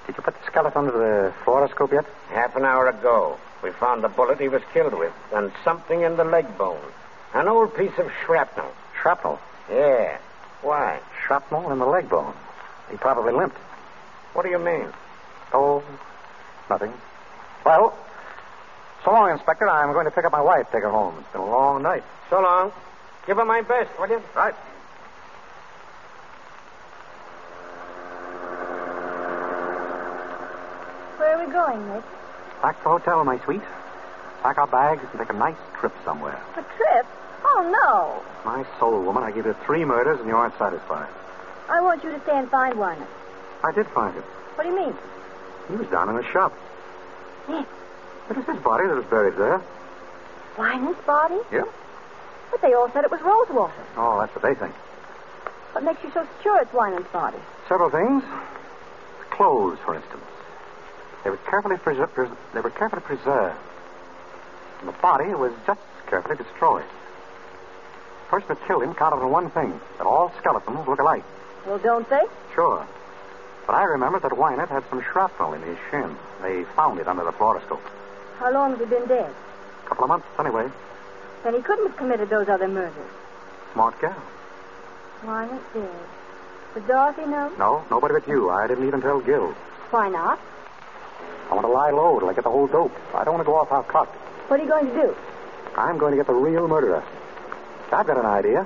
Did you put the skeleton under the fluoroscope yet?
Half an hour ago, we found the bullet he was killed with, and something in the leg bone. An old piece of shrapnel.
Shrapnel?
Yeah. Why?
Shrapnel in the leg bone. He probably limped.
What do you mean?
Oh, nothing. Well, so long, Inspector. I'm going to pick up my wife, take her home. It's been a long night.
So long. Give her my best, will you?
Right.
Where are we going, Nick?
Back to the hotel, my sweet. Pack our bags and take a nice trip somewhere.
A trip? Oh,
My soul, woman, I gave you three murders and you aren't satisfied.
no. I want you to stay and find one.
I did find it.
What do you mean?
He was down in the shop.
Nick,
It was his body that was buried there.
Wynan's body?
Yeah?
But they all said it was Rosewater.
Oh, that's what they think.
What makes you so sure it's Wynan's body?
Several things. Clothes, for instance. They were carefully preser- pres- they were carefully preserved. And the body was just as carefully destroyed. The person who killed him counted on one thing, that all skeletons look alike.
Well, don't they?
Sure. But I remember that Wynant had some shrapnel in his shin. They found it under the fluoroscope.
How long have you been dead?
A couple of months, anyway.
Then he couldn't have committed those other murders.
Smart gal.
Wynan dead. Did Dorothy know?
No, nobody but you. I didn't even tell Gil.
Why not?
I want to lie low till I get the whole dope. I don't want to go off our clock.
What are you going to do?
I'm going to get the real murderer. I've got an idea.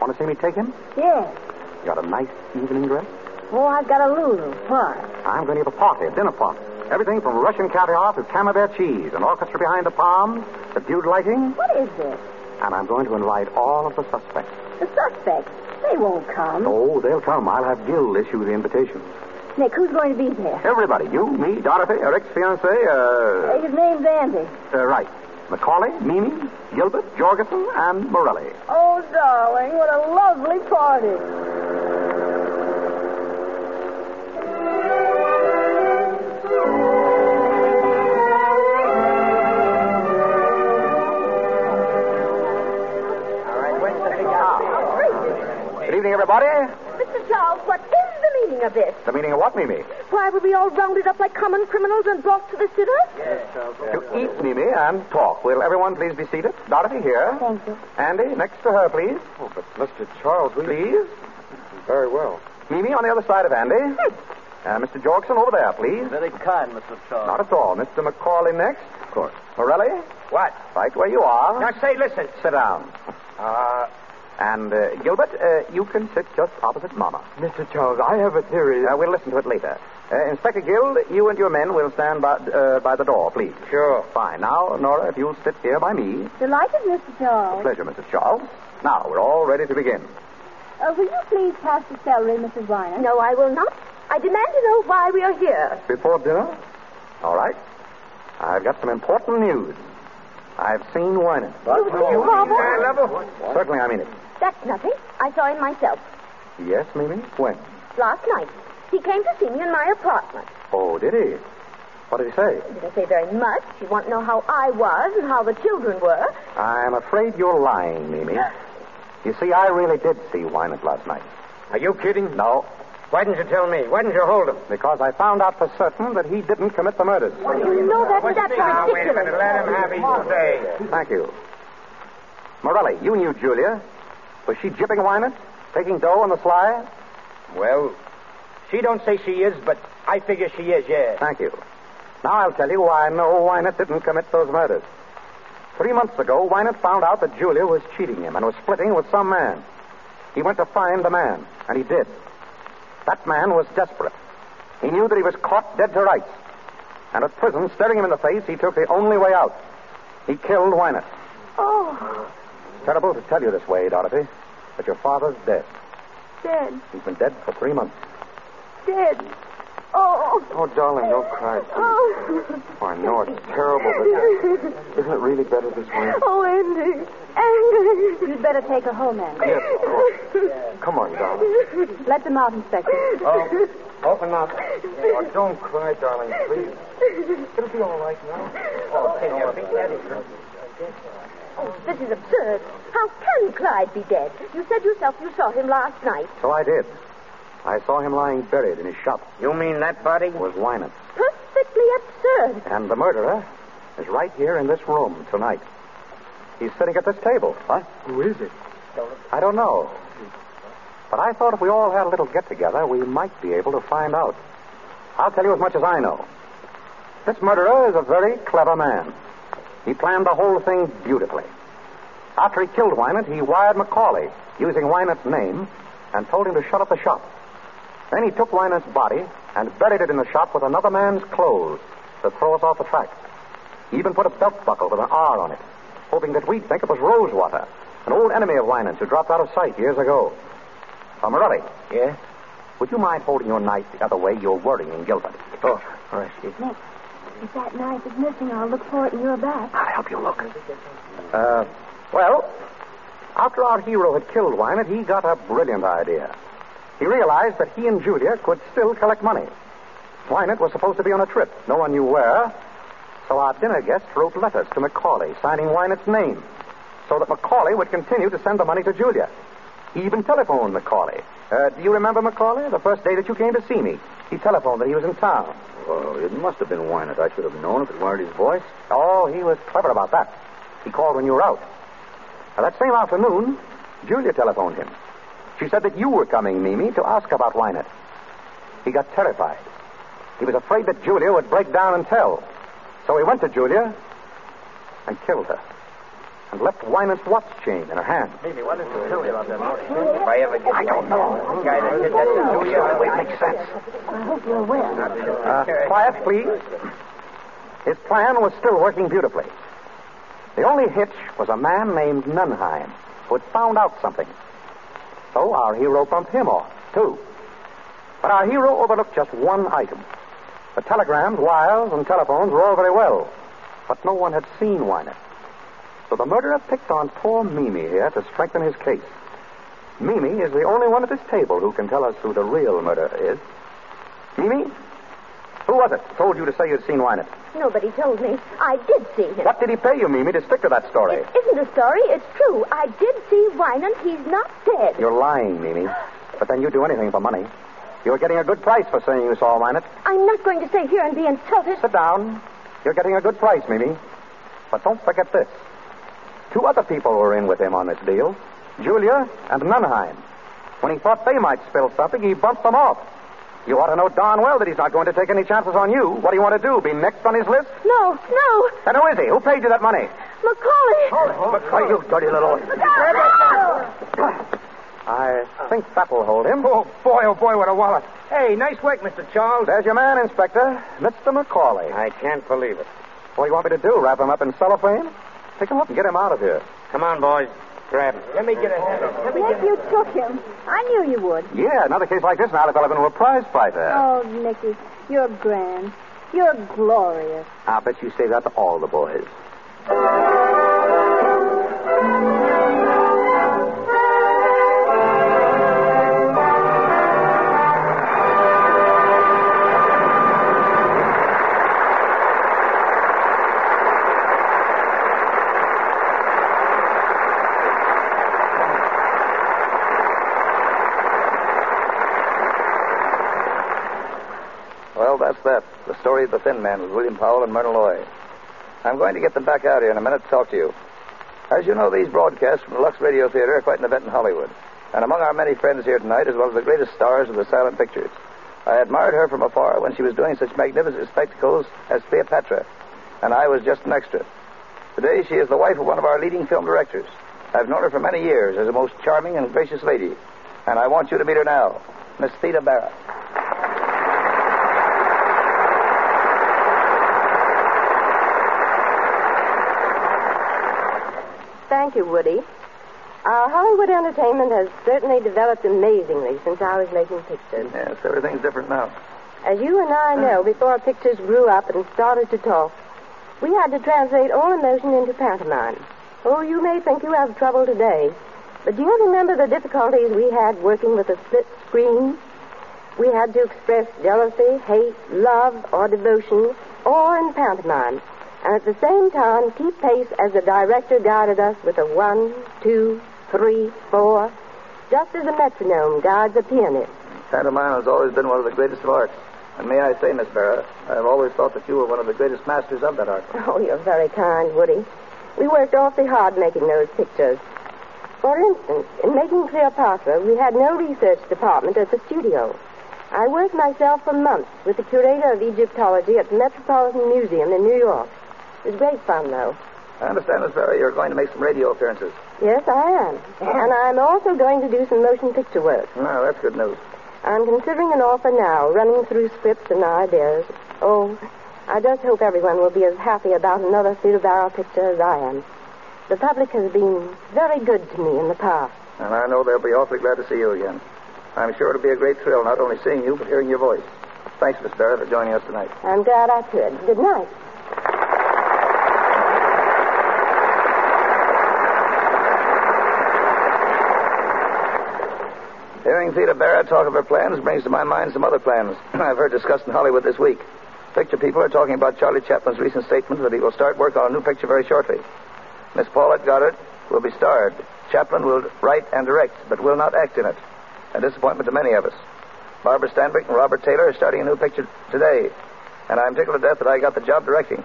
Want to see me take him?
Yes.
You got a nice evening dress?
Oh, I've got a Lulu. Why?
I'm going to have a party, a dinner party. Everything from Russian caviar to Camembert cheese, an orchestra behind the palms, subdued lighting.
What is this?
And I'm going to invite all of the suspects.
The suspects. They won't come.
Oh, they'll come. I'll have Gil issue the invitation.
Nick, who's going to be there?
Everybody, you, me, Dorothy, Eric's fiancée, uh,
Uh, his name's Andy.
uh, right. Macaulay, Mimi, Gilbert, Jorgensen, and Morelli.
Oh, darling, what a lovely party.
Good evening, everybody.
Mr. Charles, what is the meaning of this?
The meaning of what, Mimi?
Why were we all rounded up like common criminals and brought to the sitter?
To eat, Mimi, and talk. Will everyone please be seated? Dorothy here.
Thank you.
Andy, next to her, please. Oh, but Mr. Charles, will Please. Very well. Mimi on the other side of Andy.
Hmm.
Uh, Mr. Jorkson over there, please.
Very kind, Mr. Charles.
Not at all. Mr. McCauley next. Of course. Morelli?
What?
Right where you are.
Now say, listen.
Sit down. Uh, and uh, Gilbert, uh, you can sit just opposite Mama.
Mr. Charles, I have a theory.
Uh, we'll listen to it later. Uh, Inspector Gill, you and your men will stand by, uh, by the door, please. Sure. Fine. Now, Nora, if you'll sit here by me.
Delighted, Mr. Charles.
Pleasure, Mrs. Charles. Now, we're all ready to begin.
Uh, will you please pass the celery, Mrs. Wynan?
No, I will not. I demand to know why we are here.
Before dinner? All right. I've got some important news. I've seen Wynan.
You've seen Harbor?
Certainly, I mean it.
That's nothing. I saw him myself
Yes, Mimi? When?
last night. He came to see me in my apartment.
Oh, did he? What did he say?
He didn't say very much. He wanted to know how I was and how the children were.
I'm afraid you're lying, Mimi. You see, I really did see Wynant last night.
Are you kidding?
No.
Why didn't you tell me? Why didn't you hold him?
Because I found out for certain that he didn't commit the murders.
You know Oh, that
What's
that's
the- Now, wait a
ridiculous. Oh,
minute. Let him have his say.
Thank you. Morelli, you knew Julia. Was she jipping Wynant? Taking dough on the sly?
Well, she don't say she is, but I figure she is, yeah.
Thank you. Now I'll tell you why I know Wynant didn't commit those murders. Three months ago, Wynant found out that Julia was cheating him and was splitting with some man. He went to find the man, and he did. That man was desperate. He knew that he was caught dead to rights. And at prison, staring him in the face, he took the only way out. He killed Wynant.
Oh,
It's terrible to tell you this way, Dorothy, but your father's dead.
dead,
He's been dead for three months.
dead. Oh,
Oh, darling, don't cry.
oh.
Oh, I know it's terrible, but isn't it really better this way?
Oh, Andy. Andy.
You'd better take her home, Andy.
Yes, of course. Come on, darling.
Let them out, Inspector.
Oh, open up. Oh, don't cry, darling, please.
It'll be all right now. Oh, this is absurd. How can Clyde be dead? You said yourself you saw him last night.
So I did. I saw him lying buried in his shop.
You mean that body?
Was Wynant.
Perfectly absurd.
And the murderer is right here in this room tonight. He's sitting at this table. What? Who is it? I don't know. But I thought if we all had a little get together, we might be able to find out. I'll tell you as much as I know. This murderer is a very clever man. He planned the whole thing beautifully. After he killed Wynant, he wired Macaulay, using Wynant's name, and told him to shut up the shop. Then he took Wynant's body and buried it in the shop with another man's clothes to throw us off the track. He even put a belt buckle with an R on it, hoping that we'd think it was Rosewater, an old enemy of Wynant's who dropped out of sight years ago. Uh, Morelli.
Yeah?
Would you mind holding your knife the other way? You're worrying Gilbert.
Oh, all right, Steve.
Nick, if that knife is missing, I'll look for it in your back.
I'll help you look.
Uh,
well, after our hero had killed Wynant, he got a brilliant idea. He realized that he and Julia could still collect money. Wynant was supposed to be on a trip. No one knew where. So our dinner guest wrote letters to Macaulay signing Wynant's name so that Macaulay would continue to send the money to Julia. He even telephoned Macaulay. Uh, do you remember Macaulay? The first day that you came to see me. He telephoned that he was in town.
Oh, it must have been Wynant. I should have known if it weren't his voice.
Oh, he was clever about that. He called when you were out. Now, that same afternoon, Julia telephoned him. She said that you were coming, Mimi, to ask about Wynant. He got terrified. He was afraid that Julia would break down and tell. So he went to Julia and killed her and left Wynant's watch chain in her hand.
Mimi, what is the story about that morning?
If I ever get I don't know.
The guy that did that to Julia,
It would make sense.
I hope you're well.
Uh, quiet, please. His plan was still working beautifully. The only hitch was a man named Nunheim who had found out something. So our hero bumped him off, too. But our hero overlooked just one item. The telegrams, wires, and telephones were all very well, but no one had seen Wynant. So the murderer picked on poor Mimi here to strengthen his case. Mimi is the only one at this table who can tell us who the real murderer is. Mimi, who was it told you to say you'd seen Wynant?
Nobody told me. I did see him.
What did he pay you, Mimi, to stick to that story?
It isn't a story. It's true. I did see Wynant. He's not dead.
You're lying, Mimi. But then you'd do anything for money. You're getting a good price for saying you saw Wynant.
I'm not going to stay here and be insulted.
Sit down. You're getting a good price, Mimi. But don't forget this. Two other people were in with him on this deal Julia and Nunheim. When he thought they might spill something, he bumped them off. You ought to know darn well that he's not going to take any chances on you. What do you want to do? Be next on his list?
No, no.
And who is he? Who paid you that money?
Macaulay.
Macaulay, you dirty little.
Oh!
I think that'll hold him.
Oh, boy, oh, boy, what a wallet. Hey, nice work, Mr. Charles.
There's your man, Inspector. Mr. Macaulay.
I can't believe it.
What do you want me to do? Wrap him up in cellophane? Pick him up and get him out of here.
Come on, boys. Grab him.
Let me get a hand on him.
Nick, you took him. I knew you would.
Yeah, another case like this, now I'll have been a prize fighter.
Oh, Nicky, you're grand. You're glorious.
I'll bet you say that to all the boys.
Well, that's that. The story of the Thin Man with William Powell and Myrna Loy. I'm going to get them back out here in a minute to talk to you. As you know, these broadcasts from the Lux Radio Theater are quite an event in Hollywood. And among our many friends here tonight is one of the greatest stars of the silent pictures. I admired her from afar when she was doing such magnificent spectacles as Cleopatra, and I was just an extra. Today, she is the wife of one of our leading film directors. I've known her for many years as a most charming and gracious lady, and I want you to meet her now, Miss Theda Barrett.
Thank you, Woody. Uh, Hollywood entertainment has certainly developed amazingly since I was making pictures.
Yes, everything's different now.
As you and I know, before our pictures grew up and started to talk, we had to translate all emotion into pantomime. Oh, you may think you have trouble today, but do you remember the difficulties we had working with a split screen? We had to express jealousy, hate, love, or devotion, all in pantomime, and at the same time keep pace as the director guided us with a one, two, three, four, just as a metronome guides a pianist.
Pantomime has always been one of the greatest of arts. And may I say, Miss Barra, I have always thought that you were one of the greatest masters of that art.
Oh, you're very kind, Woody. We worked awfully hard making those pictures. For instance, in making Cleopatra, we had no research department at the studio. I worked myself for months with the curator of Egyptology at the Metropolitan Museum in New York. It was great fun, though.
I understand, Miss Barry, you're going to make some radio appearances.
Yes, I am. And I'm also going to do some motion picture work.
No, that's good news.
I'm considering an offer now, running through scripts and ideas. Oh, I just hope everyone will be as happy about another Theodora picture as I am. The public has been very good to me in the past.
And I know they'll be awfully glad to see you again. I'm sure it'll be a great thrill not only seeing you, but hearing your voice. Thanks, Miss Barry, for joining us tonight.
I'm glad I could. Good night.
Hearing Theda Barrett talk of her plans brings to my mind some other plans I've heard discussed in Hollywood this week. Picture people are talking about Charlie Chaplin's recent statement that he will start work on a new picture very shortly. Miss Paulette Goddard will be starred. Chaplin will write and direct, but will not act in it. A disappointment to many of us. Barbara Stanwyck and Robert Taylor are starting a new picture today, and I'm tickled to death that I got the job directing.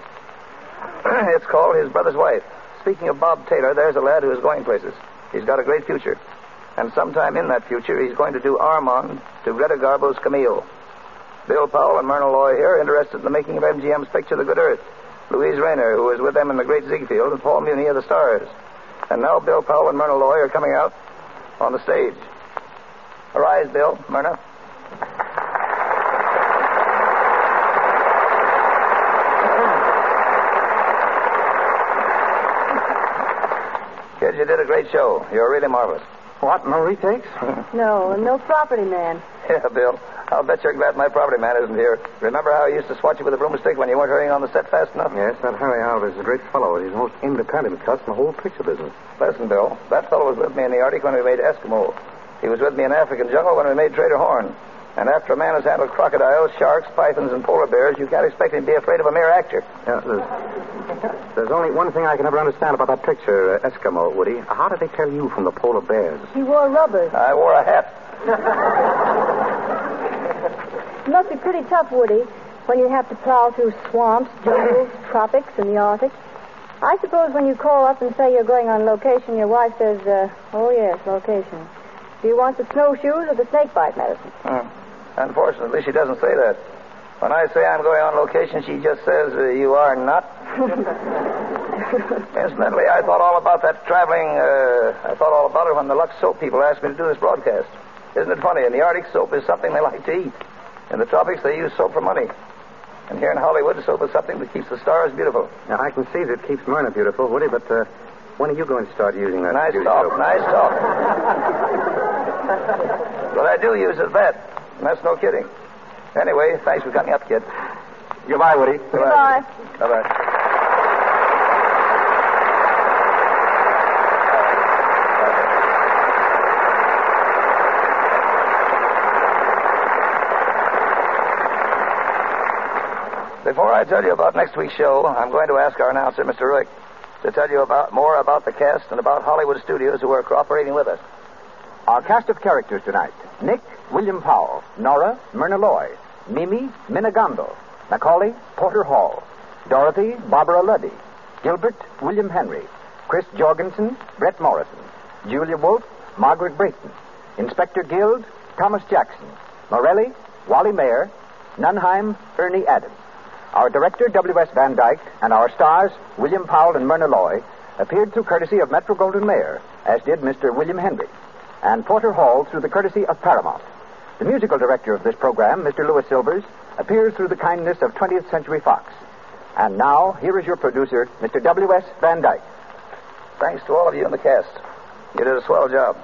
it's called His Brother's Wife. Speaking of Bob Taylor, there's a lad who is going places. He's got a great future. And sometime in that future, he's going to do Armand to Greta Garbo's Camille. Bill Powell and Myrna Loy here, interested in the making of MGM's picture, The Good Earth. Louise Rayner, who was with them in The Great Ziegfeld, and Paul Muni of The Stars. And now Bill Powell and Myrna Loy are coming out on the stage. Arise, Bill, Myrna. Kid, you did a great show. You're really marvelous.
What, no retakes?
No, no property man.
Yeah, Bill. I'll bet you're glad my property man isn't here. Remember how he used to swat you with a broomstick when you weren't hurrying on the set fast enough?
Yes, that Harry Alvarez is a great fellow. He's the most independent cuss in the whole picture business.
Listen, Bill, that fellow was with me in the Arctic when we made Eskimo. He was with me in African jungle when we made Trader Horn. And after a man has handled crocodiles, sharks, pythons, and polar bears, you can't expect him to be afraid of a mere actor.
Yeah, there's, there's only one thing I can never understand about that picture, uh, Eskimo, Woody. How did they tell you from the polar bears?
He wore rubbers.
I wore a hat.
Must be pretty tough, Woody, when you have to plow through swamps, jungles, tropics, and the Arctic. I suppose when you call up and say you're going on location, your wife says, uh, oh, yes, location. Do you want the snowshoes or the snakebite medicine?
Hmm. Unfortunately, she doesn't say that. When I say I'm going on location, she just says, uh, You are not. Incidentally, I thought all about that traveling. Uh, I thought all about it when the Lux Soap people asked me to do this broadcast. Isn't it funny? In the Arctic, soap is something they like to eat. In the tropics, they use soap for money. And here in Hollywood, soap is something that keeps the stars beautiful.
Now, I can see that it keeps Myrna beautiful, Woody, but uh, when are you going to start using that?
Nice
beauty
talk,
soap?
nice talk. but I do use it that, and that's no kidding. Anyway, thanks for coming up, kid.
Goodbye, Woody.
Goodbye.
Bye bye. Before I tell you about next week's show, I'm going to ask our announcer, Mr. Rick, to tell you about more about the cast and about Hollywood studios who are cooperating with us.
Our cast of characters tonight Nick, William Powell, Nora, Myrna Loy, Mimi, Minna Gondo, Macaulay, Porter Hall, Dorothy, Barbara Luddy, Gilbert, William Henry, Chris Jorgensen, Brett Morrison, Julia Wolf, Margaret Brayton, Inspector Guild, Thomas Jackson, Morelli, Wally Mayer, Nunheim, Ernie Adams. Our director, W.S. Van Dyke, and our stars, William Powell and Myrna Loy, appeared through courtesy of Metro Golden Mayer, as did Mr. William Henry and Porter Hall through the courtesy of Paramount. The musical director of this program, Mr. Louis Silvers, appears through the kindness of 20th Century Fox. And now, here is your producer, Mr. W.S. Van Dyke.
Thanks to all of you in the cast. You did a swell job.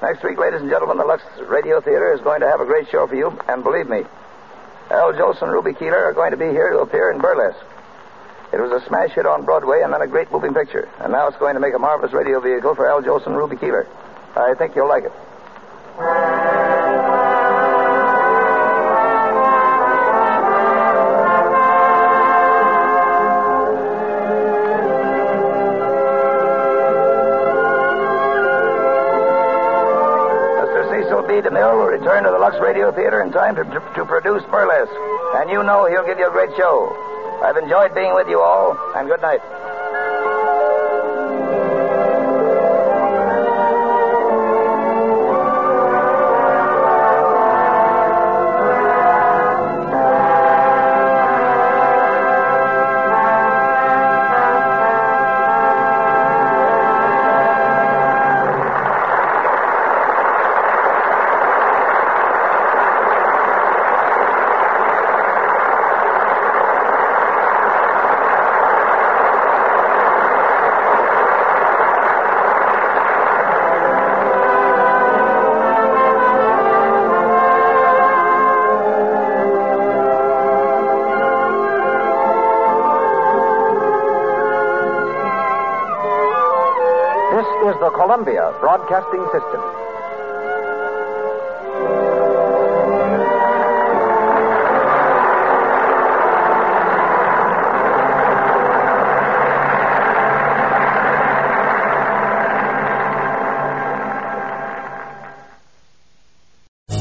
Next week, ladies and gentlemen, the Lux Radio Theater is going to have a great show for you, and believe me, Al Jolson and Ruby Keeler are going to be here to appear in burlesque. It was a smash hit on Broadway and then a great moving picture, and now it's going to make a marvelous radio vehicle for Al Jolson and Ruby Keeler. I think you'll like it. Mr. Cecil B. DeMille will return to the Lux Radio Theater in time to, to, to produce Burlesque. And you know he'll give you a great show. I've enjoyed being with you all, and good night.
This is the Columbia Broadcasting System.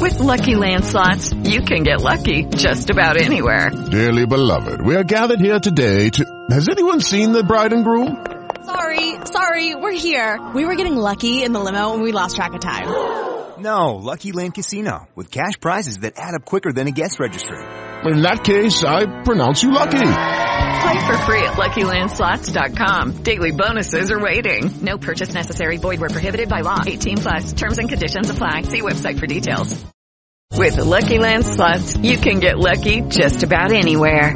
With Lucky Land slots, you can get lucky just about anywhere.
Dearly beloved, we are gathered here today to. Has anyone seen the bride and groom?
Sorry, sorry, we're here. We were getting lucky in the limo and we lost track of time.
No, Lucky Land Casino, with cash prizes that add up quicker than a guest registry.
In that case, I pronounce you lucky.
Play for free at LuckyLandSlots.com. Daily bonuses are waiting.
No purchase necessary. Void where prohibited by law. 18 plus. Terms and conditions apply. See website for details.
With Lucky Land slots, you can get lucky just about anywhere.